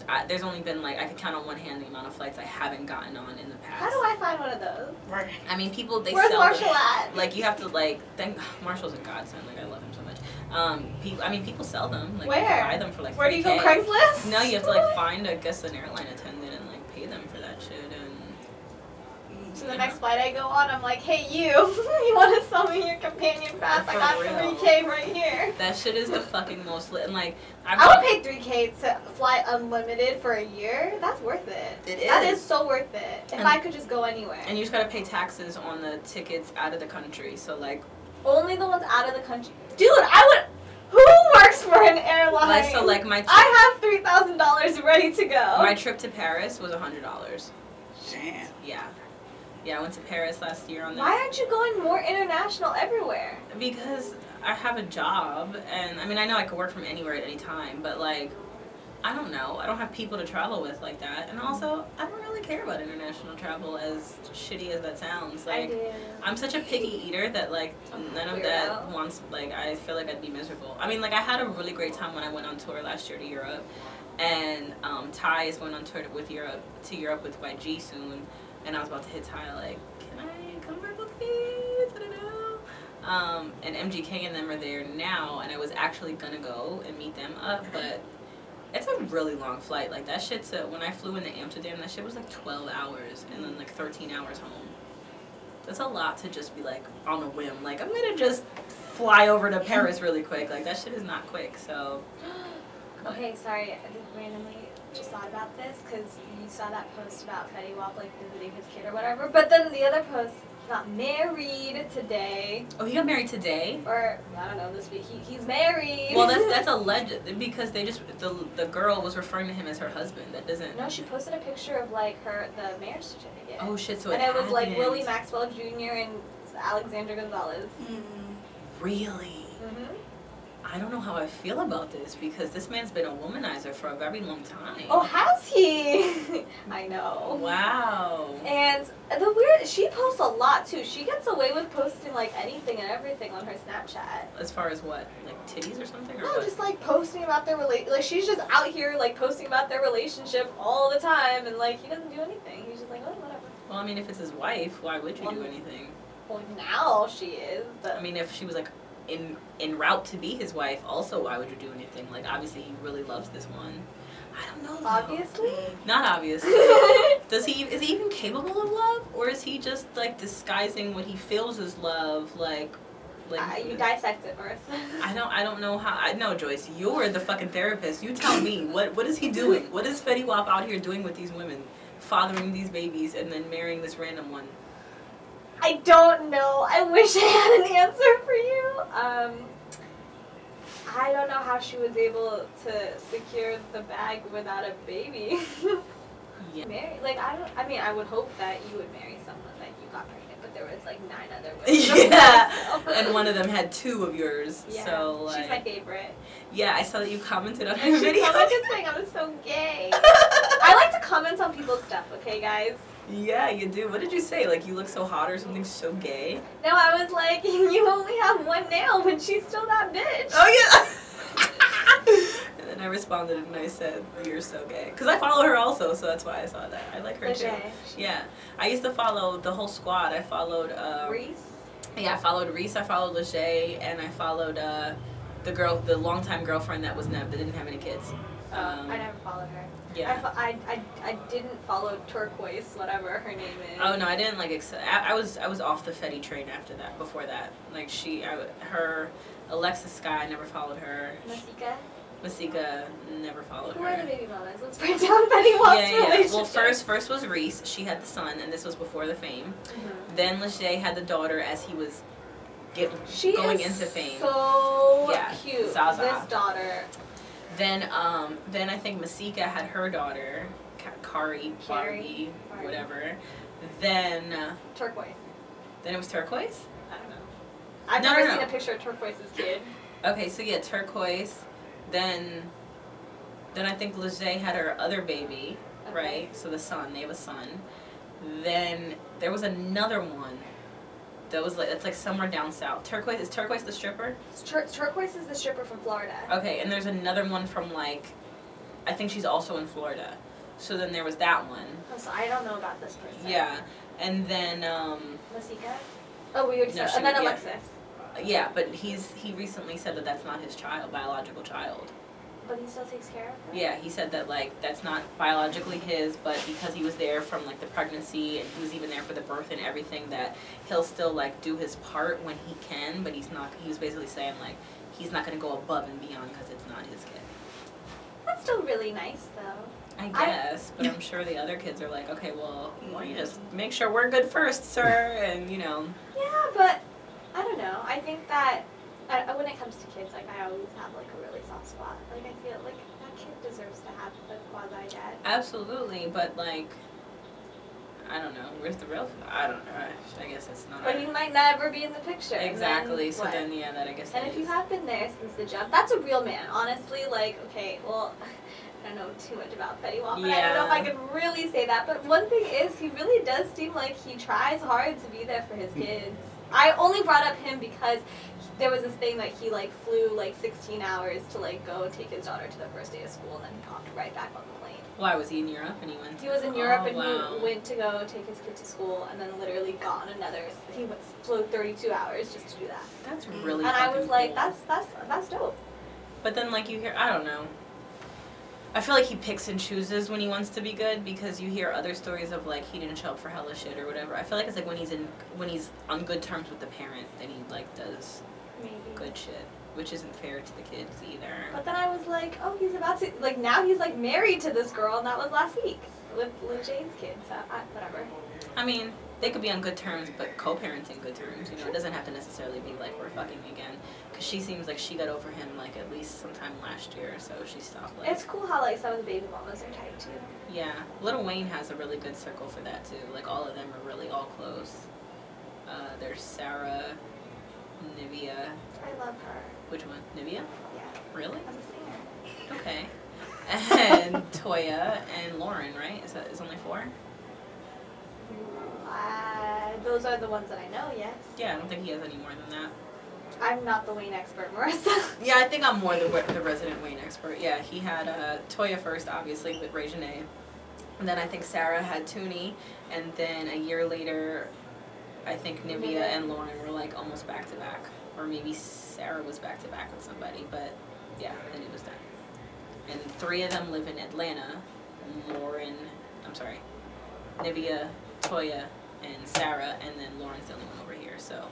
S6: I, there's only been like I could count on one hand the amount of flights I haven't gotten on in the past.
S5: How do I find one of those?
S9: Right.
S6: I mean, people they
S5: Where's
S6: sell
S5: Marshall
S6: them.
S5: at?
S6: Like you have to like thank Marshall's a godsend. Like I love him so much. Um, people, I mean, people sell them. Like you can
S5: Where?
S6: buy them for like.
S5: Where do you go,
S6: 3K.
S5: Craigslist?
S6: No, you have to like find, I guess, an airline attendant and like pay them for that shit. And
S5: So the next flight I go on, I'm like, hey, you, you want to sell me your companion pass? I
S6: For
S5: got
S6: real.
S5: 3K right here.
S6: that shit is the fucking most lit. And like I've
S5: I
S6: got-
S5: would pay 3K to fly unlimited for a year. That's worth it.
S6: It
S5: That
S6: is.
S5: is so worth it. If
S6: And-
S5: I could just go anywhere.
S6: And you just gotta pay taxes on the tickets out of the country. So like,
S5: Only the ones out of the country. Dude, I would. Who works for an airline?
S6: like so like my
S5: I have three thousand dollars ready to go.
S6: my trip to Paris was a hundred dollars.
S9: Damn.
S6: Yeah, yeah. I went to Paris last year on that.
S5: Why aren't you going more international everywhere?
S6: Because I have a job, and I mean, I know I could work from anywhere at any time, but like, I don't know. I don't have people to travel with like that, and also, I don't really care about international travel, as shitty as that sounds.
S5: I
S6: Like,
S5: do.
S6: I'm such a picky eater that like none of that
S5: Weirdo.
S6: wants like I feel like I'd be miserable. I mean like I had a really great time when I went on tour last year to Europe, and um, Ty is going on tour with Europe to Europe with YG soon, and I was about to hit Ty like, can I come back with please? I don't know. Um, and MGK and them are there now, and I was actually gonna go and meet them up, but it's a really long flight. Like that shit. To, when I flew into Amsterdam, that shit was like twelve hours, and then like thirteen hours home. That's a lot to just be like on a whim. Like I'm gonna just fly over to Paris really quick. Like that shit is not quick. So
S5: Okay, sorry. I just randomly just thought about this because you saw that post about Fetty Wap like visiting his kid or whatever. But then the other post he got married today,
S6: oh, he got married today.
S5: or I don't know this week. He, he's married.
S6: Well, that's that's a legend because they just the the girl was referring to him as her husband. That doesn't.
S5: no. She posted a picture of like her the marriage certificate,
S6: Oh shit! So
S5: and it was like
S6: happened.
S5: Willie Maxwell Jr. and Alexander Gonzalez.
S6: Mm-hmm. Really.
S5: hmm
S6: I don't know how I feel about this because this man's been a womanizer for a very long time.
S5: Oh, has he? I know.
S6: wow.
S5: And the weird, she posts a lot too. She gets away with posting like anything and everything on her Snapchat.
S6: As far as what, like titties or something, or
S5: No,
S6: what?
S5: just like posting about their rela- like she's just out here like posting about their relationship all the time, and like he doesn't do anything. He's just like, oh, whatever.
S6: well, I mean, if it's his wife, why would you do anything?
S5: Well, now she is, but
S6: I mean, if she was like in in route to be his wife. Also, why would you do anything? Like obviously, he really loves this one. I don't know. though.
S5: Obviously.
S6: Not obvious. Does he is he even capable of love, or is he just like disguising what he feels is love? Like, like
S5: Uh, you dissect it first.
S6: I don't I don't know how. I know Joyce, you're the fucking therapist. You tell me what what is he doing? What is Fetty Wap out here doing with these women, fathering these babies and then marrying this random one?
S5: I don't know. I wish I had an answer for you. Um, I don't know how she was able to secure the bag without a baby.
S6: Yeah.
S5: Marry, like I don't. I mean, I would hope that you would marry someone that you got pregnant, but there was like nine other women.
S6: Yeah, and one of them had two of yours.
S5: Yeah,
S6: so like,
S5: she's my favorite.
S6: yeah, I saw that you commented on her
S5: And she
S6: video.
S5: commented saying I'm so gay. I like to comment on people's stuff. Okay, guys.
S6: yeah, you do. What did you say? Like you look so hot or something so gay?
S5: No, I was like, you only have one nail, but she's still that bitch.
S6: Oh yeah. and then I responded and I said, "You're so gay," because I follow her also, so that's why I saw that. I like her too.
S5: Okay.
S6: Yeah, I used to follow the whole squad. I followed. Um,
S5: Reese.
S6: Yeah, I followed Reese. I followed Lachey, and I followed uh, the girl, the longtime girlfriend that was Neb that didn't have any kids. Um,
S5: Oh, I never followed her. I,
S6: Yeah.
S5: fo- I, I, I didn't follow Turquoise, whatever her name is.
S6: Oh no, I didn't like. Accept, I, I was I was off the Fetty train after that. Before that, like she, I, her, Alexis Sky I never followed her.
S5: Masika.
S6: Masika never followed
S5: Who
S6: her.
S5: are the baby mamas? Let's break down Betty Walt's relationship.
S6: Well, first, first was Reese. She had the son, and this was before the fame.
S5: Mhm.
S6: Then Lachey had the daughter as he was get,
S5: she
S6: going
S5: is
S6: into fame.
S5: so
S6: Yeah,
S5: cute.
S6: Zaza.
S5: This daughter,
S6: then, um, then I think Masika had her daughter, Ka- Kari, Barbie,
S5: Kari, Barbie.
S6: whatever. Then, uh,
S5: Turquoise.
S6: then it was turquoise.
S5: I don't know. I've
S6: No,
S5: never
S6: no, no.
S5: seen a picture of Turquoise's kid.
S6: Okay, so yeah, turquoise. Then, then I think Lachey had her other baby,
S5: Okay.
S6: right? So the son, they have a son. Then there was another one. That was like that's like somewhere down south. Turquoise is turquoise the stripper.
S5: Tur- Turquoise is the stripper from Florida.
S6: Okay, and there's another one from like, I think she's also in Florida. So then there was that one.
S5: Oh, so I don't know about this person.
S6: Yeah, and then um,
S5: Masika. Oh, we already
S6: No,
S5: said.
S6: she
S5: And then
S6: would- yeah.
S5: Alexis.
S6: yeah, but he's he recently said that that's not his child, biological child.
S5: But he still takes care of her.
S6: Yeah, he said that like that's not biologically his, but because he was there from like the pregnancy and he was even there for the birth and everything, that he'll still like do his part when he can. But he's not. He was basically saying like he's not gonna go above and beyond because it's not his kid.
S5: That's still really nice, though.
S6: I
S5: I-
S6: guess, but I'm sure the other kids are like, okay, well, why don't you just make sure we're good first, sir? And you know,
S5: Yeah, but I don't know. I think that uh, when it comes to kids, like I always have like a really soft spot. Like I feel like that kid deserves to have a quasi dad.
S6: absolutely, but like, I don't know, where's the real? I don't know. I guess it's not
S5: But he might never be in the picture. and then
S6: exactly. so
S5: what?
S6: then, yeah, that I guess.
S5: And
S6: that
S5: if you
S6: is-
S5: have been there since the jump, that's a real man. Honestly, like okay, well. I don't know too much about Fetty Wap, and I don't know if I
S6: Yeah.
S5: could really say that. But one thing is, he really does seem like he tries hard to be there for his
S6: Hmm.
S5: kids. I only brought up him because there was this thing that he like flew like 16 hours to like go take his daughter to the first day of school and then he hopped right back on the plane.
S6: why was he in Europe and he went?
S5: He was in Europe
S6: Oh,
S5: and
S6: wow.
S5: he went to go take his kid to school and then literally got on another. He went, flew 32 hours just to do that.
S6: That's really.
S5: Mm. and I
S6: fucking
S5: was like,
S6: cool.
S5: that's that's that's dope.
S6: But then, like, you hear, I don't know. I feel like he picks and chooses when he wants to be good because you hear other stories of like he didn't show up for hella shit or whatever. I feel like it's like when he's in when he's on good terms with the parent, then he like does
S5: Maybe.
S6: good shit, which isn't fair to the kids either.
S5: But then I was like, oh, he's about to like now he's like married to this girl and that was last week with Lil Jane's kid. So I, whatever.
S6: I mean, they could be on good terms, but co-parenting good terms. You know, it doesn't have to necessarily be like we're fucking again. Cause she seems like she got over him like at least sometime last year, so she stopped like.
S5: It's cool how like some of the baby mamas are tight too.
S6: Yeah, Little Wayne has a really good circle for that too. Like all of them are really all close. Uh, there's Sarah, Nivea.
S5: I love her.
S6: Which one? Nivea?
S5: Yeah,
S6: Really?
S5: I'm a singer.
S6: Okay. And Toya and Lauren, right? Is that is only four?
S5: Uh, those are the ones that I know. Yes.
S6: Yeah, I don't think he has any more than that.
S5: I'm not the Wayne expert, Marissa.
S6: Yeah, I think I'm more the the resident Wayne expert. Yeah, he had uh, Toya first, obviously with Regine, and then I think Sarah had Toonie, and then a year later, I think Nivea and Lauren were like almost back to back. or maybe Sarah was back to back with somebody, but yeah, then it was done. And three of them live in Atlanta. Lauren, I'm sorry, Nivea, Toya, and Sarah, and then Lauren's the only one over here. So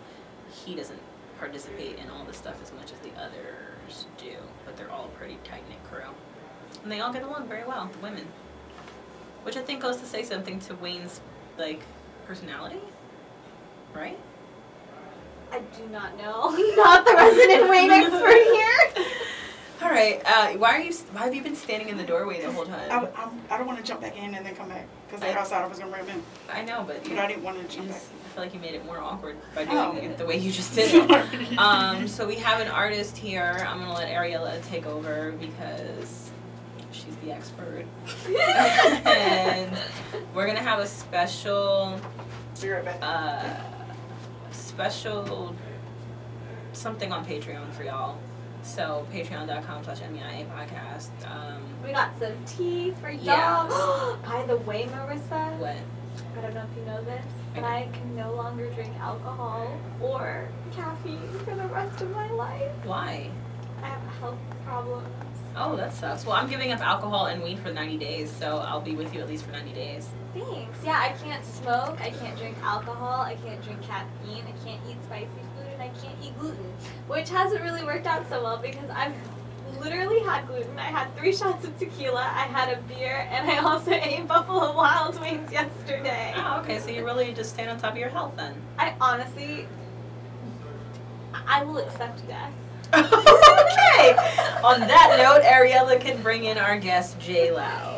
S6: he doesn't participate in all this stuff as much as the others do, but they're all a pretty tight knit crew. And they all get along very well, the women. Which I think goes to say something to Wayne's like personality, right?
S5: I do not know. not the resident Wayne expert here.
S6: All right. Uh, why are you? Why have you been standing in the doorway the whole
S9: I,
S6: time?
S9: I'm, I don't want to jump back in and then come back because they're outside. I was gonna bring them in,
S6: I know, but you,
S9: but I didn't want to
S6: you
S9: jump back.
S6: just- I feel like you made it more awkward by doing
S9: Oh.
S6: it the way you just did it. Um, so we have an artist here. I'm gonna let Ariella take over because she's the expert, and we're gonna have a special,
S9: Be right back.
S6: uh, special something on Patreon for y'all. So patreon.com/slash MEIA E podcast. Um,
S5: We got some tea for
S6: Yeah.
S5: y'all. By the way, Marissa,
S6: what?
S5: I don't know if you know this, but I can no longer drink alcohol or caffeine for the rest of my life.
S6: Why?
S5: I have health problems.
S6: Oh, that sucks. Well, I'm giving up alcohol and weed for 90 days, so I'll be with you at least for 90 days.
S5: Thanks. Yeah, I can't smoke. I can't drink alcohol. I can't drink caffeine. I can't eat spicy food, and I can't eat gluten, which hasn't really worked out so well because I've literally had gluten. I had three shots of tequila. I had a beer, and I also ate Buffalo Wild Wings yesterday.
S6: Oh, okay. So you really just stand on top of your health then.
S5: I honestly, I I will accept death.
S6: okay. On that note, Ariella can bring in our guest, Jay Loud.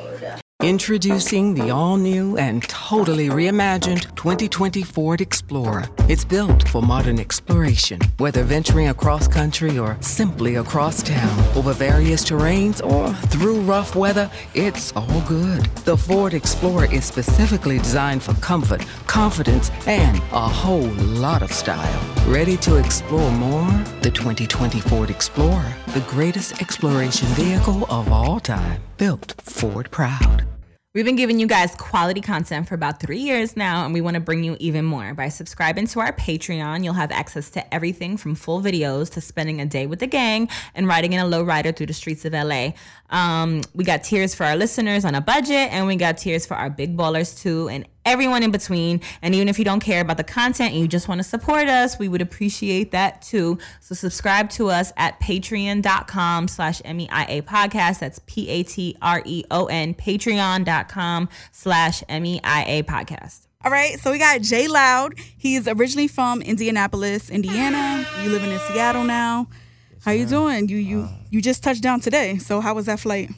S1: Introducing the all new and totally reimagined 2020 Ford Explorer. It's built for modern exploration, whether venturing across country or simply across town, over various terrains or through rough weather, it's all good. The Ford Explorer is specifically designed for comfort, confidence, and a whole lot of style. Ready to explore more? The 2020 Ford Explorer, the greatest exploration vehicle of all time, built Ford proud.
S10: We've been giving you guys quality content for about three years now, and we want to bring you even more. By subscribing to our Patreon, you'll have access to everything from full videos to spending a day with the gang and riding in a lowrider through the streets of LA. Um, we got tiers for our listeners on a budget, and we got tiers for our big ballers too, and everyone in between. And even if you don't care about the content and you just want to support us, we would appreciate that too. So subscribe to us at patreon.com slash MEIA podcast. That's E P-A-T-R-E-O-N, patreon.com slash MEIA podcast.
S11: All right, so we got Jay Loud. He's originally from Indianapolis, Indiana. You living in Seattle now. How you doing? You you
S12: Um,
S11: you just touched down today. So how was that flight?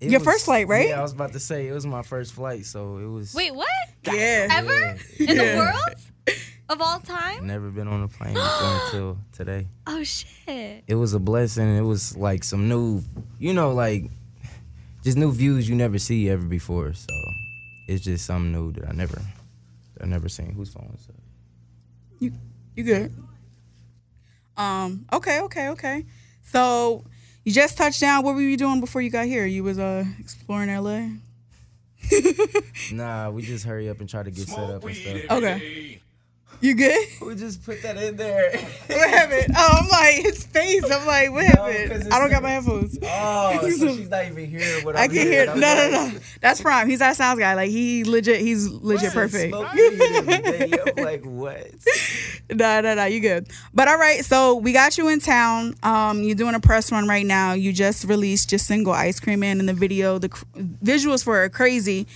S12: It
S11: Your first flight, right?
S12: Yeah, I was about to say it was my first flight, so it was.
S4: Wait, what?
S11: Yeah.
S4: Ever in the world of all time?
S12: Never been on a plane before until today.
S4: Oh shit!
S12: It was a blessing. It was like some new, you know, like just new views you never see ever before. So it's just something new that I never, that I never seen. Whose phone is that?
S11: You good? Um, okay, okay, okay. So you just touched down. What were you doing before you got here? You was uh exploring LA?
S12: Nah, we just hurry up and try to get set up and stuff.
S11: Okay. You good?
S12: We just put that in there.
S11: What happened? Oh, I'm like his face. I'm like, what
S12: No, 'cause
S11: happened?
S12: it's
S11: I don't got
S12: the-
S11: my headphones.
S12: oh, so she's not even here. But
S11: I
S12: I'm
S11: can hear. No,
S12: and
S11: no,
S12: I'm like,
S11: no. That's prime. He's our sounds guy. Like he legit. He's legit perfect.
S12: Smoke weed every day. I'm like, what?
S11: No, no, no. You good. But all right. So we got you in town. Um, you're doing a press run right now. You just released your single "Ice Cream Man" in the video. The cr- visuals for it are crazy.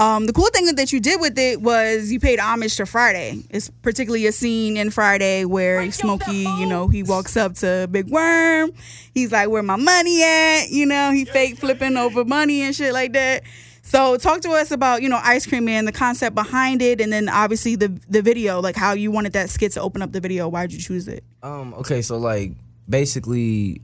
S11: Um, the cool thing that you did with it was you paid homage to Friday. It's particularly a scene in Friday where Smokey, you know, he walks up to Big Worm. He's like, "Where my money at?" You know, he fake flipping over money and shit like that. So talk to us about you know Ice Cream Man, the concept behind it, and then obviously the the video, like how you wanted that skit to open up the video. Why'd you choose it?
S12: Um. Okay. So like, basically,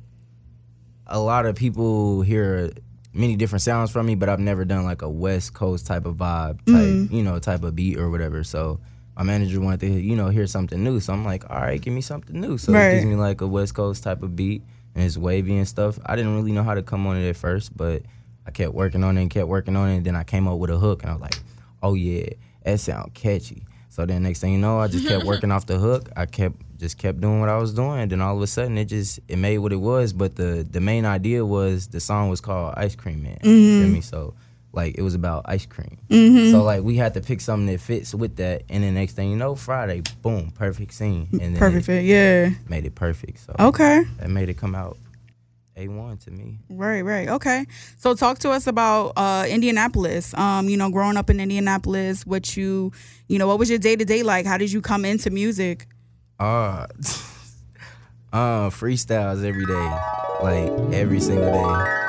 S12: a lot of people hear many different sounds from me, but I've never done like a West Coast type of vibe, type you know, type of beat or whatever. So my manager wanted to you know hear something new. So I'm like, all right, give me something new. So
S11: Right.
S12: it gives me like a West Coast type of beat and it's wavy and stuff. I didn't really know how to come on it at first, but I kept working on it and kept working on it. And then I came up with a hook and I was like, oh yeah, that sound catchy. So then next thing you know, I just kept working off the hook. I kept just kept doing what I was doing. Then all of a sudden, it just it made what it was. But the the main idea was the song was called Ice Cream Man. You feel
S11: Mm-hmm.
S13: Mhm.
S12: me? So like it was about ice cream.
S13: Mhm.
S12: So like we had to pick something that fits with that. And the next thing you know, Friday, boom, perfect scene. And then
S11: Perfect
S12: it
S11: fit, Oh, yeah.
S12: made it perfect. So
S11: Okay.
S12: that made it come out a one to me.
S11: Right, right. Okay. So talk to us about uh Indianapolis. Um, you know, growing up in Indianapolis, what you you know, what was your day to day like? How did you come into music?
S12: Ah, uh, freestyles every day, like every single day.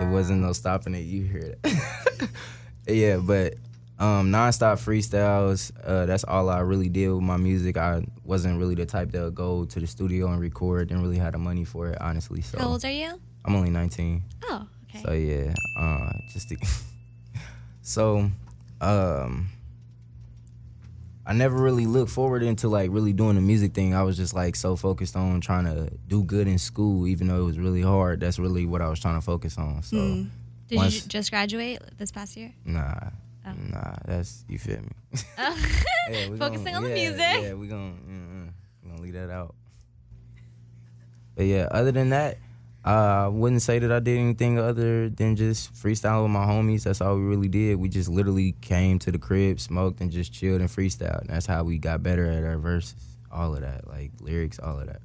S12: It wasn't no stopping it. You hear it, yeah. But um, nonstop freestyles. Uh, that's all I really did with my music. I wasn't really the type that would go to the studio and record. Didn't really have the money for it, honestly. So
S4: How old are you?
S12: I'm only 19.
S4: Oh, okay.
S12: So yeah, uh, just to, so um, I never really looked forward into like really doing the music thing. I was just like so focused on trying to do good in school, even though it was really hard. That's really what I was trying to focus on. So
S4: Hmm. Did
S12: once-
S4: you ju- just graduate this past year?
S12: nah, nah, that's you feel me.
S4: Oh.
S12: Yeah, we
S4: Focusing
S12: gonna-
S4: on the
S12: yeah,
S4: music.
S12: Yeah, we gonna mm-mm, we gonna leave that out. But yeah, other than that, uh, I wouldn't say that I did anything other than just freestyle with my homies. That's all we really did. We just literally came to the crib, smoked, and just chilled and freestyled. And that's how we got better at our verses, all of that, like lyrics, all of that.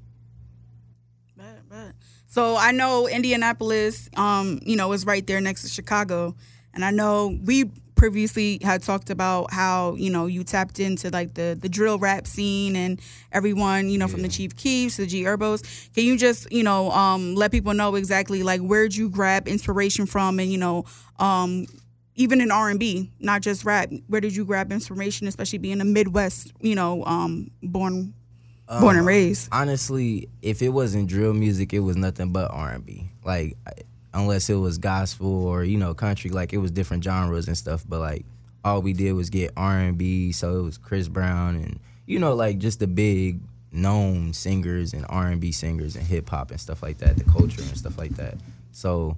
S11: So I know Indianapolis, um, you know, is right there next to Chicago, and I know we previously had talked about how you know you tapped into like the the drill rap scene and everyone you know from the Chief Keefs to the G Herbos. Can you just you know um, let people know exactly like where'd you grab inspiration from, and you know. Um, even in R and B, not just rap. Where did you grab inspiration, especially being a Midwest, you know, um, born, born and
S12: Um,
S11: raised?
S12: Honestly, if it wasn't drill music, it was nothing but R and B. Like, I- unless it was gospel or you know country, like it was different genres and stuff. But like, all we did was get R and B. So it was Chris Brown and you know like just the big known singers and R and B singers and hip hop and stuff like that, the culture and stuff like that. So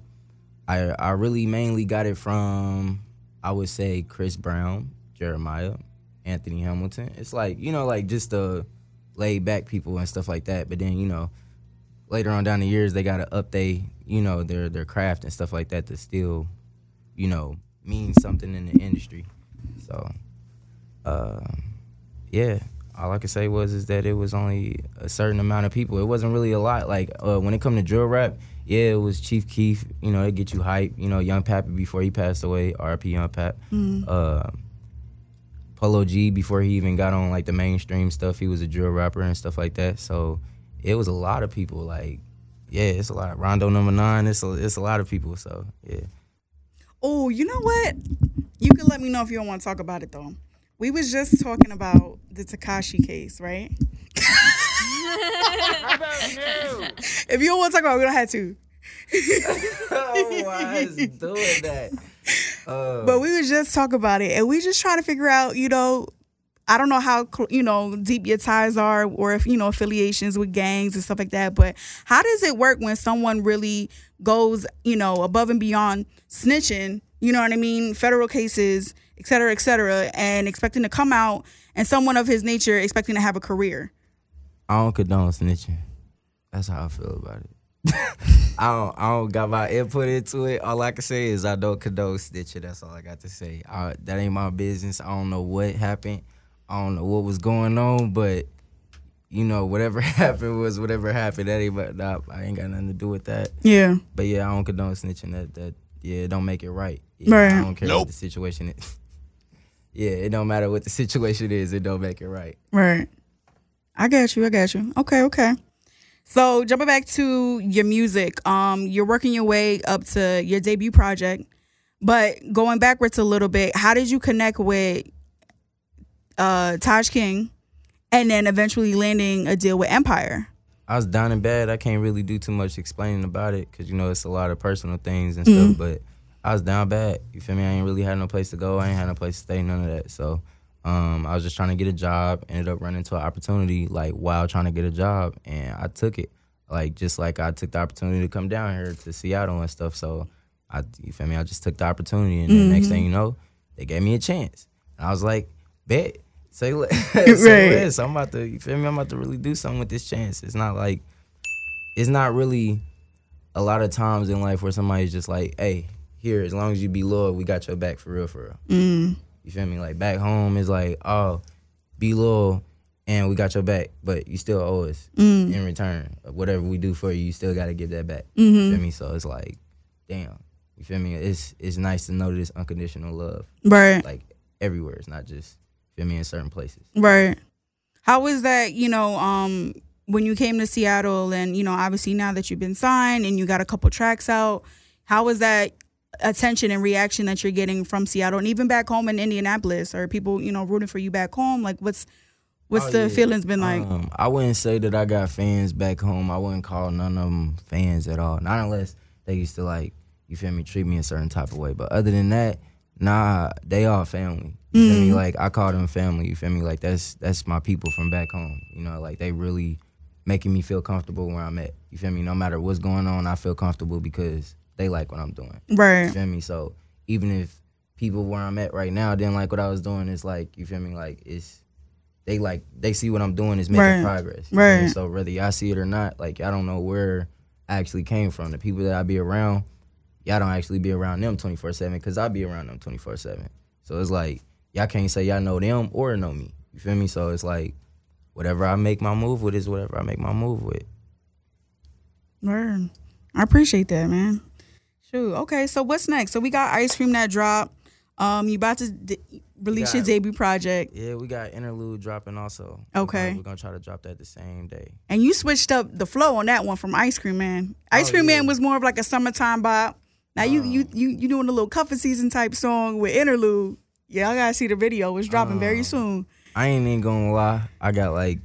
S12: I I really mainly got it from I would say Chris Brown, Jeremiah, Anthony Hamilton. It's like you know like just the laid back people and stuff like that. But then you know, later on down the years, they gotta up they you know their their craft and stuff like that to still, you know, mean something in the industry. So, um, yeah. All I could say was is that it was only a certain amount of people. It wasn't really a lot. Like uh, when it come to drill rap, yeah, it was Chief Keef. You know, it get you hype. You know, Young Pappy before he passed away, R.P. Young Pap.
S13: Mhm.
S12: Uh, Polo G before he even got on like the mainstream stuff. He was a drill rapper and stuff like that. So it was a lot of people. Like, yeah, it's a lot. Rondo number nine. It's a, it's a lot of people. So yeah.
S11: Oh, you know what? You can let me know if you don't want to talk about it though. We was just talking about the Takashi case, right? If you don't want to talk about it, we don't have to.
S12: oh, why is doing that? Uh,
S11: But we was just talking about it, and we just trying to figure out, you know, I don't know how cl- you know deep your ties are, or if you know affiliations with gangs and stuff like that. But how does it work when someone really goes, you know, above and beyond snitching? You know what I mean? Federal cases, et cetera, et cetera, and expecting to come out, and someone of his nature expecting to have a career.
S12: I don't condone snitching. That's how I feel about it. I don't, I don't got my input into it. All I can say is I don't condone snitching. That's all I got to say. I, that ain't my business. I don't know what happened. I don't know what was going on, but you know, whatever happened was whatever happened. That ain't my, nah, I ain't got nothing to do with that.
S11: Yeah.
S12: But yeah, I don't condone snitching. That that yeah, it don't make it right. Yeah,
S11: Right.
S12: I don't care what
S11: Nope.
S12: the situation is. yeah, it don't matter what the situation is. It don't make it right.
S11: Right. I got you. I got you. Okay. Okay. So jumping back to your music, um, you're working your way up to your debut project, but going backwards a little bit, how did you connect with uh, Taj King, and then eventually landing a deal with Empire?
S12: I was down and bad. I can't really do too much explaining about it because you know it's a lot of personal things and
S11: Mhm.
S12: stuff. But I was down bad. You feel me? I ain't really had no place to go. I ain't had no place to stay. None of that. So um, I was just trying to get a job. Ended up running into an opportunity like while trying to get a job, and I took it. Like just like I took the opportunity to come down here to Seattle and stuff. So I, you feel me? I just took the opportunity, and then next
S13: Mhm.
S12: thing you know, they gave me a chance, and I was like, bet. say, le- say
S11: Right.
S12: less. I'm about to, you feel me? I'm about to really do something with this chance. It's not like, it's not really a lot of times in life where somebody's just like, hey, here, as long as you be loyal, we got your back for real, for real.
S11: Mm.
S12: You feel me? Like back home is like, oh, be loyal and we got your back, but you still owe us
S11: Mm.
S12: in return. Whatever we do for you, you still gotta give that back.
S11: Mhm.
S12: You feel me? So it's like, damn. You feel me? It's it's nice to know that it's unconditional love.
S11: Right.
S12: Like everywhere. It's not just feel me in certain places.
S11: Right. How was that, you know, um, when you came to Seattle and, you know, obviously now that you've been signed and you got a couple tracks out, how was that attention and reaction that you're getting from Seattle and even back home in Indianapolis? Are people, you know, rooting for you back home? Like what's what's
S12: Oh,
S11: the
S12: yeah.
S11: feelings been like?
S12: Um, I wouldn't say that I got fans back home. I wouldn't call none of them fans at all. Not unless they used to like, you feel me, treat me a certain type of way. But other than that, nah, they all family. You feel me?
S11: Mhm.
S12: Like I call them family. You feel me? Like that's that's my people from back home. You know, like they really making me feel comfortable where I'm at. You feel me? No matter what's going on, I feel comfortable because they like what I'm doing.
S11: Right.
S12: You feel me? So even if people where I'm at right now didn't like what I was doing, it's like you feel me? Like it's they like they see what I'm doing is making
S11: Right.
S12: progress. you feel me?
S11: Right.
S12: So whether y'all see it or not, like y'all don't know where I actually came from. The people that I be around, y'all don't actually be around them 24 seven because I be around them 24 seven. So it's like y'all can't say y'all know them or know me. You feel me? So it's like whatever I make my move with is whatever I make my move with.
S11: Word. I appreciate that, man. Shoot. Okay, so what's next? So we got ice cream that dropped. Um, you about to d- release your
S12: got-
S11: debut project,
S12: Yeah, we got interlude dropping also.
S11: Okay.
S12: We're gonna, we're gonna try to drop that the same day.
S11: and you switched up the flow on that one from Ice Cream Man. Ice
S12: Oh,
S11: Cream
S12: yeah.
S11: Man was more of like a summertime bop. Now you you you you doing a little cuffing season type song with interlude. Yeah, I gotta see the video. It's dropping
S12: Oh.
S11: very soon.
S12: I ain't even gonna lie. I got like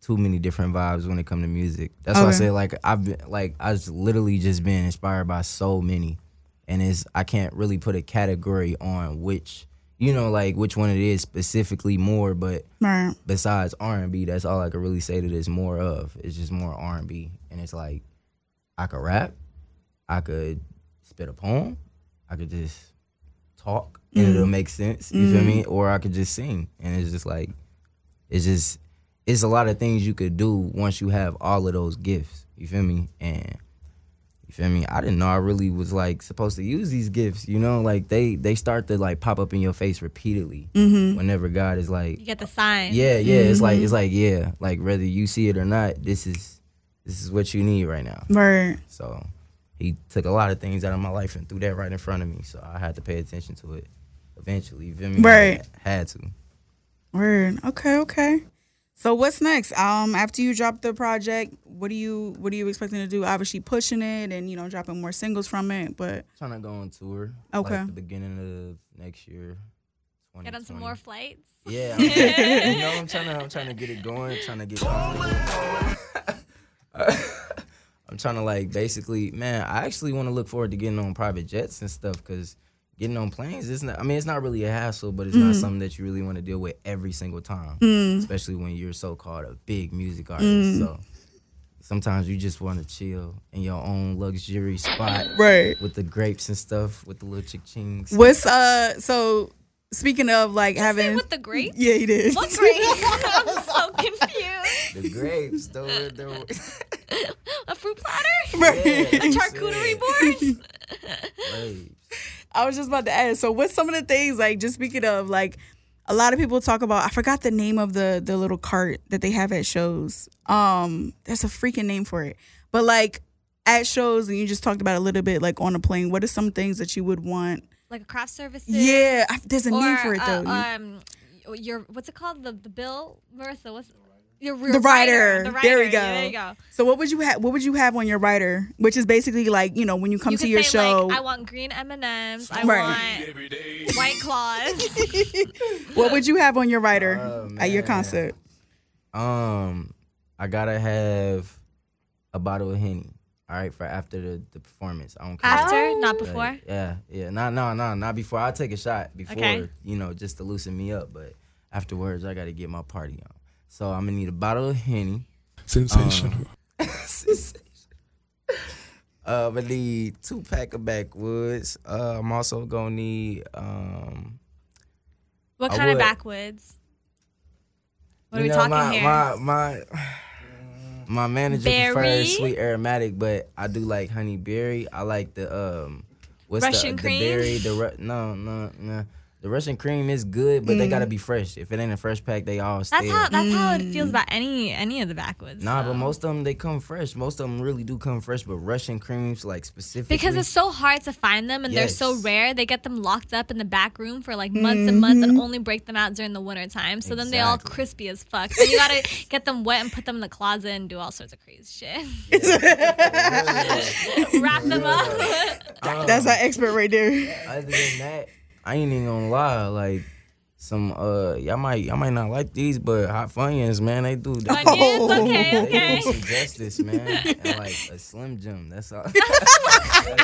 S12: too many different vibes when it come to music. That's why I
S11: Okay.
S12: say like I've been like I've literally just been inspired by so many, and it's I can't really put a category on which you know like which one it is specifically more. But
S11: Right.
S12: besides R and B, that's all I could really say that it's more of. It's just more R and B, and it's like I could rap, I could spit a poem, I could just talk and
S11: Mm.
S12: it'll make sense. You feel
S11: Mm.
S12: me? Or I could just sing, and it's just like it's just it's a lot of things you could do once you have all of those gifts. You feel me? And you feel me? I didn't know I really was like supposed to use these gifts. You know, like they they start to like pop up in your face repeatedly
S11: Mm-hmm.
S4: Mhm.
S12: whenever God is like
S4: You get the sign.
S12: yeah, yeah. It's like it's like yeah, like whether you see it or not, this is this is what you need right now.
S11: Right.
S12: So he took a lot of things out of my life and threw that right in front of me. So I had to pay attention to it eventually. You feel me?
S11: Right.
S12: I had to.
S11: Word. Okay, okay. So what's next? Um, after you drop the project, what do you what are you expecting to do? Obviously pushing it and you know dropping more singles from it, but
S12: Trying to go on tour.
S11: Okay.
S12: Like the beginning of next year.
S4: Get on some
S12: 2020.
S4: more flights.
S12: Yeah. I'm, you know, I'm trying to I'm trying to get it going, trying to get comfortable. I'm trying to like basically, man, I actually want to look forward to getting on private jets and stuff cuz getting on planes is not I mean, it's not really a hassle, but it's not
S11: Mm.
S12: something that you really want to deal with every single time,
S11: Mm.
S12: especially when you're so called a big music artist.
S11: Mm.
S12: So sometimes you just want to chill in your own luxury spot
S11: Right.
S12: with the grapes and stuff, with the little chick-chings.
S11: What's uh so speaking of like having with
S4: the grapes?
S11: Yeah, he did.
S4: What grapes? I'm so confused.
S12: The grapes, though. though.
S4: A fruit platter?
S11: Right.
S4: A charcuterie board?
S11: I was just about to ask. So, what's some of the things like? Just speaking of like, a lot of people talk about. I forgot the name of the the little cart that they have at shows. Um, there's a freaking name for it. But like at shows, and you just talked about it a little bit, like on a plane. What are some things that you would want?
S4: like a craft services?
S11: Yeah, I, there's a name
S4: Or,
S11: for it
S4: uh,
S11: though.
S4: um, your what's it called? The the bill, Marissa. What's your, your
S11: the rider.
S4: The
S11: There we
S4: rider.
S11: go.
S4: Yeah, there you go.
S11: So what would you have? What would you have on your rider? Which is basically like you know when you come
S4: you
S11: to
S4: could
S11: your
S4: say,
S11: show.
S4: Like, I want green M and M's. I
S11: Right.
S4: want white claws.
S11: what would you have on your rider at your concert?
S12: Um, I gotta have a bottle of henny. All right, for after the, the performance. I don't care.
S4: After,
S11: Oh.
S4: not
S12: Like,
S4: before?
S12: yeah, yeah. No, no, no, not before. I take a shot before,
S4: Okay.
S12: you know, just to loosen me up. But afterwards, I gotta get my party on. So I'm gonna need a bottle of henny.
S3: Sensational.
S12: Um, sensational. Uh, I'm gonna need two pack of backwoods. Uh, I'm also gonna need um.
S4: what
S12: I
S4: kind of
S12: would-
S4: backwoods? What are
S12: you
S4: we
S12: know,
S4: talking
S12: my,
S4: here?
S12: My my my manager
S4: Berry?
S12: prefers sweet aromatic, but I do like honey berry. I like the um, what's
S4: Russian
S12: the,
S4: cream?
S12: the berry? The Ru- no no no. The Russian cream is good, but they
S4: Mm.
S12: gotta be fresh. If it ain't a fresh pack, they all stale.
S4: That's how that's how it
S11: Mm.
S4: feels about any any of the backwoods.
S12: Nah, but most of them they come fresh. Most of them really do come fresh, but Russian creams like specifically
S4: Because it's so hard to find them and they're so
S12: Yes.
S4: rare. They get them locked up in the back room for like months and months and
S11: Mhm.
S4: only break them out during the winter time. So then they all crispy as fuck. So you gotta get them wet and put them in the closet and do all sorts of crazy shit. Wrap them up.
S11: That's our expert right there.
S12: Other than that, I ain't even gonna lie. Like some uh, y'all might y'all might not like these, but hot funyuns, man, they do. They,
S11: Funyuns? Okay,
S12: they do
S11: okay.
S12: Some justice, man. And like a Slim Jim. That's all.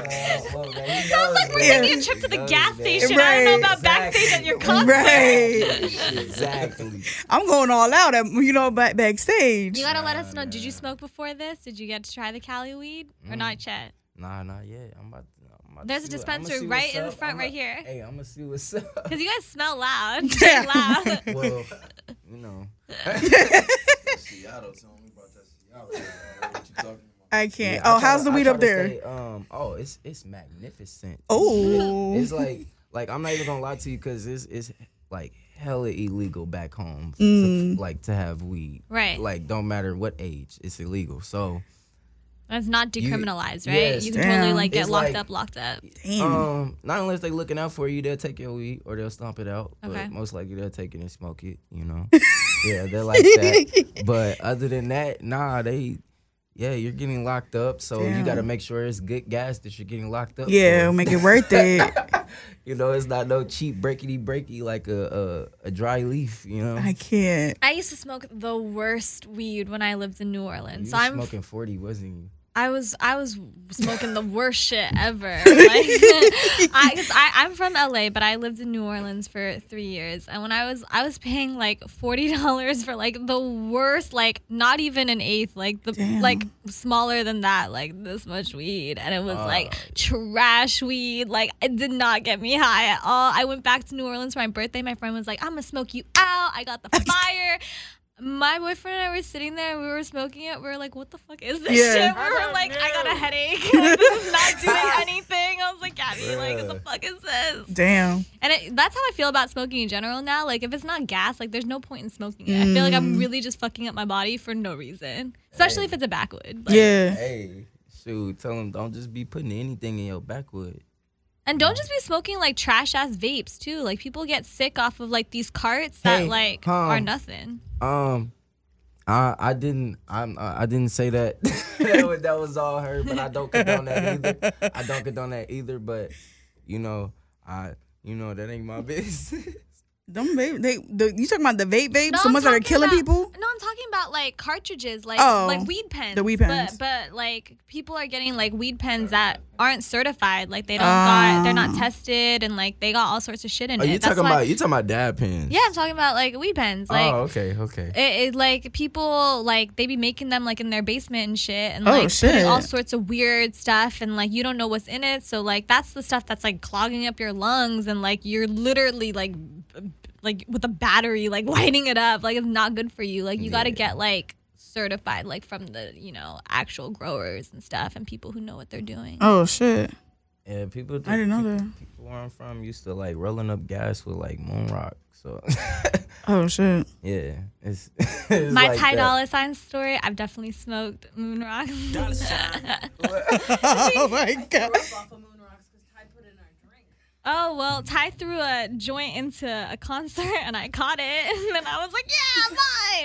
S4: Sounds like we're taking a trip to the gas
S12: Oh, man.
S4: station. I don't know
S11: Right.
S4: about backstage at your concert.
S11: Right.
S12: exactly.
S11: I'm going all out, at, you know, back backstage.
S4: You gotta let us know. Did you smoke before this? Did you get to try the Cali weed or
S12: Mm.
S4: not yet?
S12: Nah, not yet. I'm about. To, I'm about
S4: There's a
S12: to see what- I'ma see
S4: dispensary
S12: what's
S4: right in the
S12: up.
S4: front,
S12: I'ma-
S4: right here.
S12: Hey, I'm gonna see what's up.
S4: Cause you guys smell loud. Very loud.
S12: well, you know.
S11: I can't.
S12: I
S11: oh,
S12: try
S11: how's
S12: to-
S11: the
S12: I
S11: weed
S12: try
S11: up
S12: to
S11: there?
S12: stay, um, oh, it's it's magnificent.
S11: Oh.
S12: it's like like I'm not even gonna lie to you because it's it's like hella illegal back home to-
S4: Mm.
S12: like to have weed.
S4: Right.
S12: Like don't matter what age, it's illegal. So
S4: That's not
S12: You-
S4: decriminalized, right?
S12: yes,
S4: you can totally
S12: damn.
S4: like get
S12: It's
S4: locked
S12: like-
S4: up, locked up.
S11: Mm.
S12: um, not unless they looking out for you, they'll take your weed or they'll stomp it out.
S4: Okay.
S12: But most likely they'll take it and smoke it. You know. yeah, they're like that. But other than that, nah, they. Yeah, you're getting locked up, so you
S11: Damn.
S12: got to make sure it's good gas that you're getting locked up.
S11: Yeah,
S12: for.
S11: make it worth it.
S12: You know, it's not no cheap breakety breaky like a, a a dry leaf. You know,
S11: I can't.
S4: I used to smoke the worst weed when I lived in New Orleans.
S12: You
S4: So
S12: was
S4: I'm
S12: smoking forty, wasn't you?
S4: I was I was smoking the worst shit ever. Like, I, 'cause I I'm from LA, but I lived in New Orleans for three years, and when I was I was paying like forty dollars for like the worst, like not even an eighth, like the
S11: Damn.
S4: like smaller than that, like this much weed, and it was
S11: Ah.
S4: like trash weed. Like it did not get me high at all. I went back to New Orleans for my birthday. My friend was like, "I'm gonna smoke you out." I got the fire. My boyfriend and I were sitting there. We were smoking it. We were like, "What the fuck is this
S11: Yeah.
S4: shit?" We were like, "I got a headache. Like, this is not doing anything." I was like, "Gabby, like, what the fuck is this?"
S11: Damn.
S4: And it, that's how I feel about smoking in general now. Like, if it's not gas, like, there's no point in smoking it. I feel like I'm
S12: Mm.
S4: really just fucking up my body for no reason, especially if it's a backwood. Like,
S12: Hey, shoot, tell them don't just be putting anything in your backwood.
S4: And don't just be smoking like trash ass vapes too. Like, people get sick off of like these carts
S12: Hey,
S4: that like are
S12: um,
S4: nothing.
S12: Um, I I didn't I'm, uh, I I didn't say that. that, was, that was all her, but I don't condone that either. I don't condone that either. But you know, I you know that ain't my business.
S11: Them vape, they, the, you talking about the vape vapes?
S4: No,
S11: the
S4: I'm
S11: ones that are
S4: talking
S11: killing
S4: about-
S11: people?
S4: No, I'm talking about like cartridges, like
S11: Oh,
S4: like weed pens.
S11: the weed pens.
S4: But, but like people are getting like weed pens that aren't certified. Like they don't
S12: Ah.
S4: got, they're not tested, and like they got all sorts of shit in
S12: Are
S4: it.
S12: Oh, you
S4: That's
S12: talking
S4: why-
S12: about you talking about dad pins?
S4: Yeah, I'm talking about like weed pens. Like
S12: oh, okay, okay.
S4: it, it like people like they be making them like in their basement and shit and
S12: Oh,
S4: like putting
S12: shit.
S4: all sorts of weird stuff and like you don't know what's in it so like that's the stuff that's like clogging up your lungs and like you're literally like b- like with a battery like lighting it up like it's not good for you like you got to get like certified like from the you know actual growers and stuff and people who know what they're doing
S12: Uh,
S11: Oh, shit.
S12: Yeah, people.
S11: I didn't know that.
S12: People where I'm from used to like rolling up gas with like moon rock. So
S11: Oh, shit.
S12: yeah, it's, it's
S4: my
S12: like
S4: Ty
S12: that.
S4: Dolla Sign story. I've definitely smoked moon rock.
S11: oh my god.
S4: Oh well, Ty threw a joint into a concert and I caught it, and then I was like, "Yeah,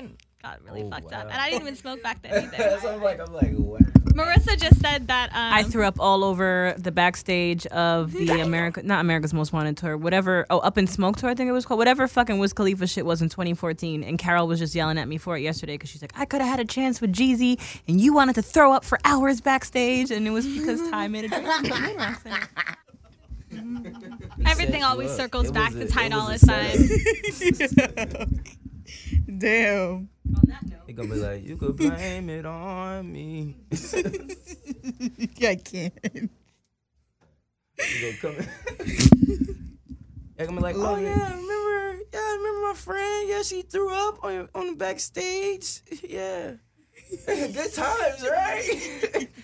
S4: mine." Got really
S11: Oh,
S4: fucked up, and I didn't even smoke back then either.
S12: so I'm like, I'm like, what?
S4: Marissa just said that. Um,
S6: I threw up all over the backstage of the America, not America's Most Wanted tour, whatever. Oh, Up in Smoke tour, I think it was called. Whatever fucking Wiz Khalifa shit was in 2014. And Carol was just yelling at me for it yesterday because she's like, I could have had a chance with Jeezy, and you wanted to throw up for hours backstage, and it was because Ty made a drink.
S4: Everything always circles
S11: It
S4: back
S11: was a-
S4: to Ty
S11: it
S4: Dolla
S11: was
S4: Sign.
S11: Damn.
S12: He gonna be like, you could blame it on me.
S11: I can't.
S12: You gonna come? They're gonna be like, oh
S11: Love it.
S12: yeah, I "Oh, remember? Yeah, I remember my friend. Yeah, she threw up on on the backstage. Yeah. Good times, right?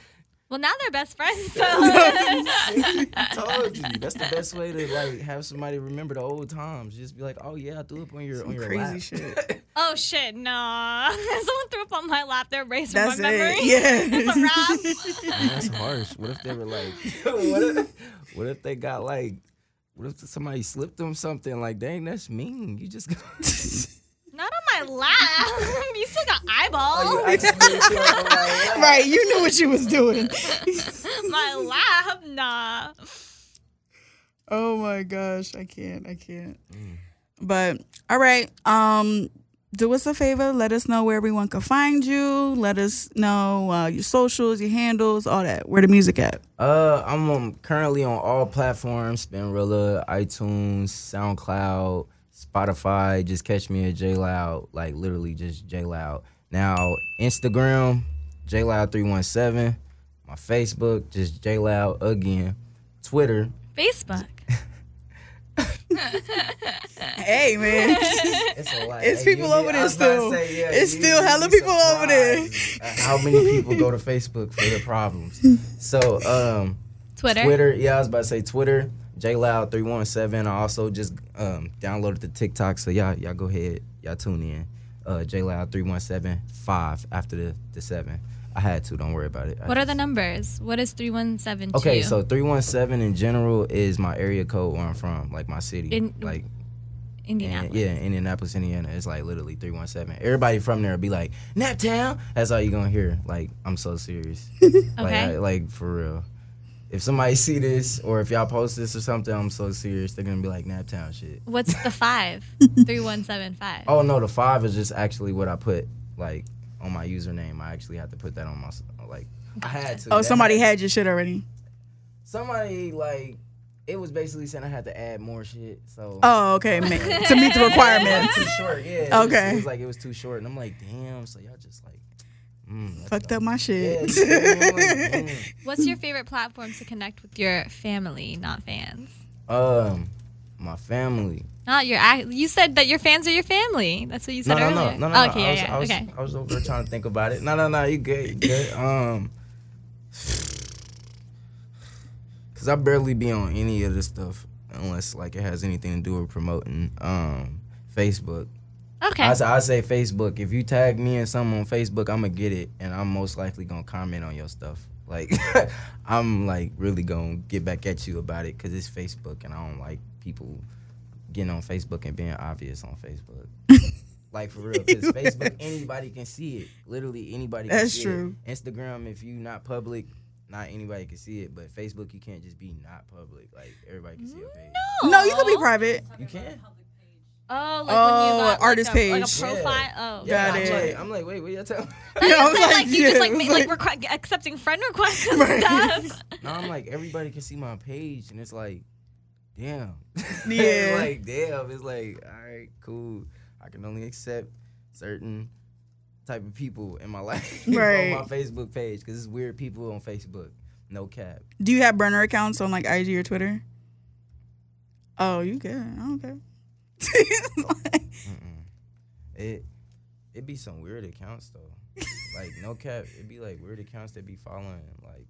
S4: Well, now they're best friends. So.
S12: Told you. That's the best way to like have somebody remember the old times. Just be like, oh yeah, I threw up on your on your
S11: crazy
S12: lap.
S11: shit.
S4: oh shit, no! Someone threw up on my lap. They're erased from my
S12: That's it,
S4: memory.
S12: yeah.
S4: it's a wrap.
S12: that's harsh. What if they were like, what if, what if they got like, what if somebody slipped them something? Like, dang, that's mean. You just got.
S4: Not on my lap. you still got eyeballs.
S11: Oh, right, you knew what you was doing.
S4: my lap, nah.
S11: Oh my gosh, I can't, I can't. But all right, um, do us a favor. Let us know where everyone can find you. Let us know uh, your socials, your handles, all that. Where the music at?
S12: Uh, I'm on, currently on all platforms: Spinrilla, iTunes, SoundCloud, Spotify. Just catch me at J Loud, like literally just J Loud. Now Instagram, J Loud three one seven. My Facebook, just J Loud again. Twitter,
S4: Facebook.
S11: Hey man,
S12: it's, a lot.
S11: it's
S12: Hey, you
S11: people
S12: need-
S11: over
S12: I
S11: there
S12: was about to
S11: still.
S12: say, yeah,
S11: it's
S12: you-
S11: still
S12: you'd
S11: hella
S12: be
S11: people over there.
S12: uh, how many people go to Facebook for their problems? So, um,
S4: Twitter.
S12: Twitter, yeah, I was about to say Twitter. J Loud three one seven. I also just um, downloaded the TikTok, so y'all y'all go ahead, y'all tune in. Uh, J Loud three one seven five after the the seven. I had to. Don't worry about it. I
S4: What are the numbers? What is three one seven two?
S12: Okay, so three one seven in general is my area code where I'm from, like my city,
S4: In-
S12: like
S4: Indianapolis.
S12: yeah, Indianapolis, Indiana. It's like literally three one seven. Everybody from there be like Naptown. That's all you gonna hear. Like I'm so serious. Like
S4: Okay.
S12: I, like for real. If somebody see this or if y'all post this or something, I'm so serious. They're gonna be like Naptown shit.
S4: What's the five? Three one seven five.
S12: Oh no, the five is just actually what I put like on my username. I actually had to put that on my s- like. I had to.
S11: Oh,
S12: That
S11: somebody had your shit already.
S12: Somebody like it was basically saying I had to add more shit. So
S11: Oh, okay, ma- to meet the requirements.
S12: It was too short, yeah. It was-
S11: Okay.
S12: It was like it was too short, and I'm like, damn. So y'all just like
S11: Fucked up my shit.
S4: What's your favorite platform to connect with your family, not fans?
S12: um my family.
S4: Not your. ac- You said that your fans are your family. That's what you
S12: No,
S4: said
S12: no,
S4: earlier.
S12: no, no, no, no.
S4: Okay,
S12: I was,
S4: yeah,
S12: I was,
S4: yeah. Okay.
S12: I was over there trying to think about it. No, no, no. You good? You good? Um, cause I barely be on any of this stuff unless like it has anything to do with promoting um Facebook.
S4: Okay.
S12: I, say- I say Facebook. If you tag me and something on Facebook, I'm gonna get it, and I'm most likely gonna comment on your stuff. Like, I'm like really gonna get back at you about it because it's Facebook, and I don't like people getting on Facebook and being obvious on Facebook. like for real, because Facebook anybody can see it. Literally anybody. Can
S11: That's
S12: see
S11: true.
S12: It. Instagram, if you not public, not anybody can see it. But Facebook, you can't just be not public. Like everybody can see your page.
S11: No, you can be private.
S12: You can.
S4: Oh, like
S11: Oh,
S4: when you got
S11: artist
S4: like a, like
S11: page.
S4: a profile. Oh,
S12: Yeah,
S11: Got
S12: I'm
S11: it.
S12: like, I'm like, wait, what y'all telling?
S4: I
S11: Yeah, I was
S4: like,
S11: like,
S4: you
S11: yeah,
S4: just like
S11: I
S4: make,
S11: was
S4: like, requ- accepting friend requests and stuff.
S12: No, I'm like everybody can see my page, and it's like, damn.
S11: Yeah.
S12: It's like damn. It's like all right, cool. I can only accept certain type of people in my life
S11: Right.
S12: on my Facebook page because it's weird people on Facebook. No cap.
S11: Do you have burner accounts on like IG or Twitter? Oh, you good? I don't care.
S12: It it be some weird accounts though. like no cap, it be like weird accounts that be following like.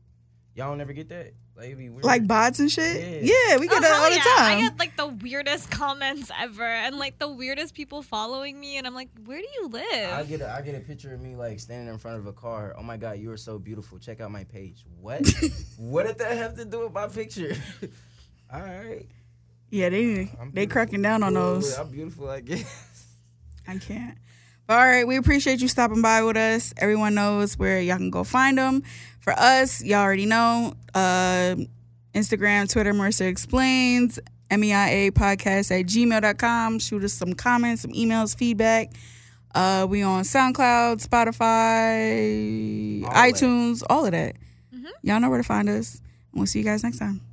S12: Y'all don't ever get that? Like it be weird.
S11: Like bots and shit. Yeah,
S12: Yeah.
S11: we get
S4: Oh,
S11: that
S4: hell
S11: all the
S4: yeah. I
S11: time.
S4: get like the weirdest comments ever, and like the weirdest people following me, and I'm like, where do you live?
S12: I get a, I get a picture of me like standing in front of a car. Oh my god, you are so beautiful. Check out my page. What? what did that have to do with my picture? All right.
S11: yeah, they they cracking down on
S12: Cool,
S11: those.
S12: I'm beautiful, I guess.
S11: I can't. But all right, we appreciate you stopping by with us. Everyone knows where y'all can go find them. For us, y'all already know uh, Instagram, Twitter, Marissa Explains, MEIA podcast at gmail.com. Shoot us some comments, some emails, feedback. Uh, we on SoundCloud,
S4: Mm-hmm.
S11: Spotify, iTunes, all of that. Y'all know where to find us. We'll see you guys next time.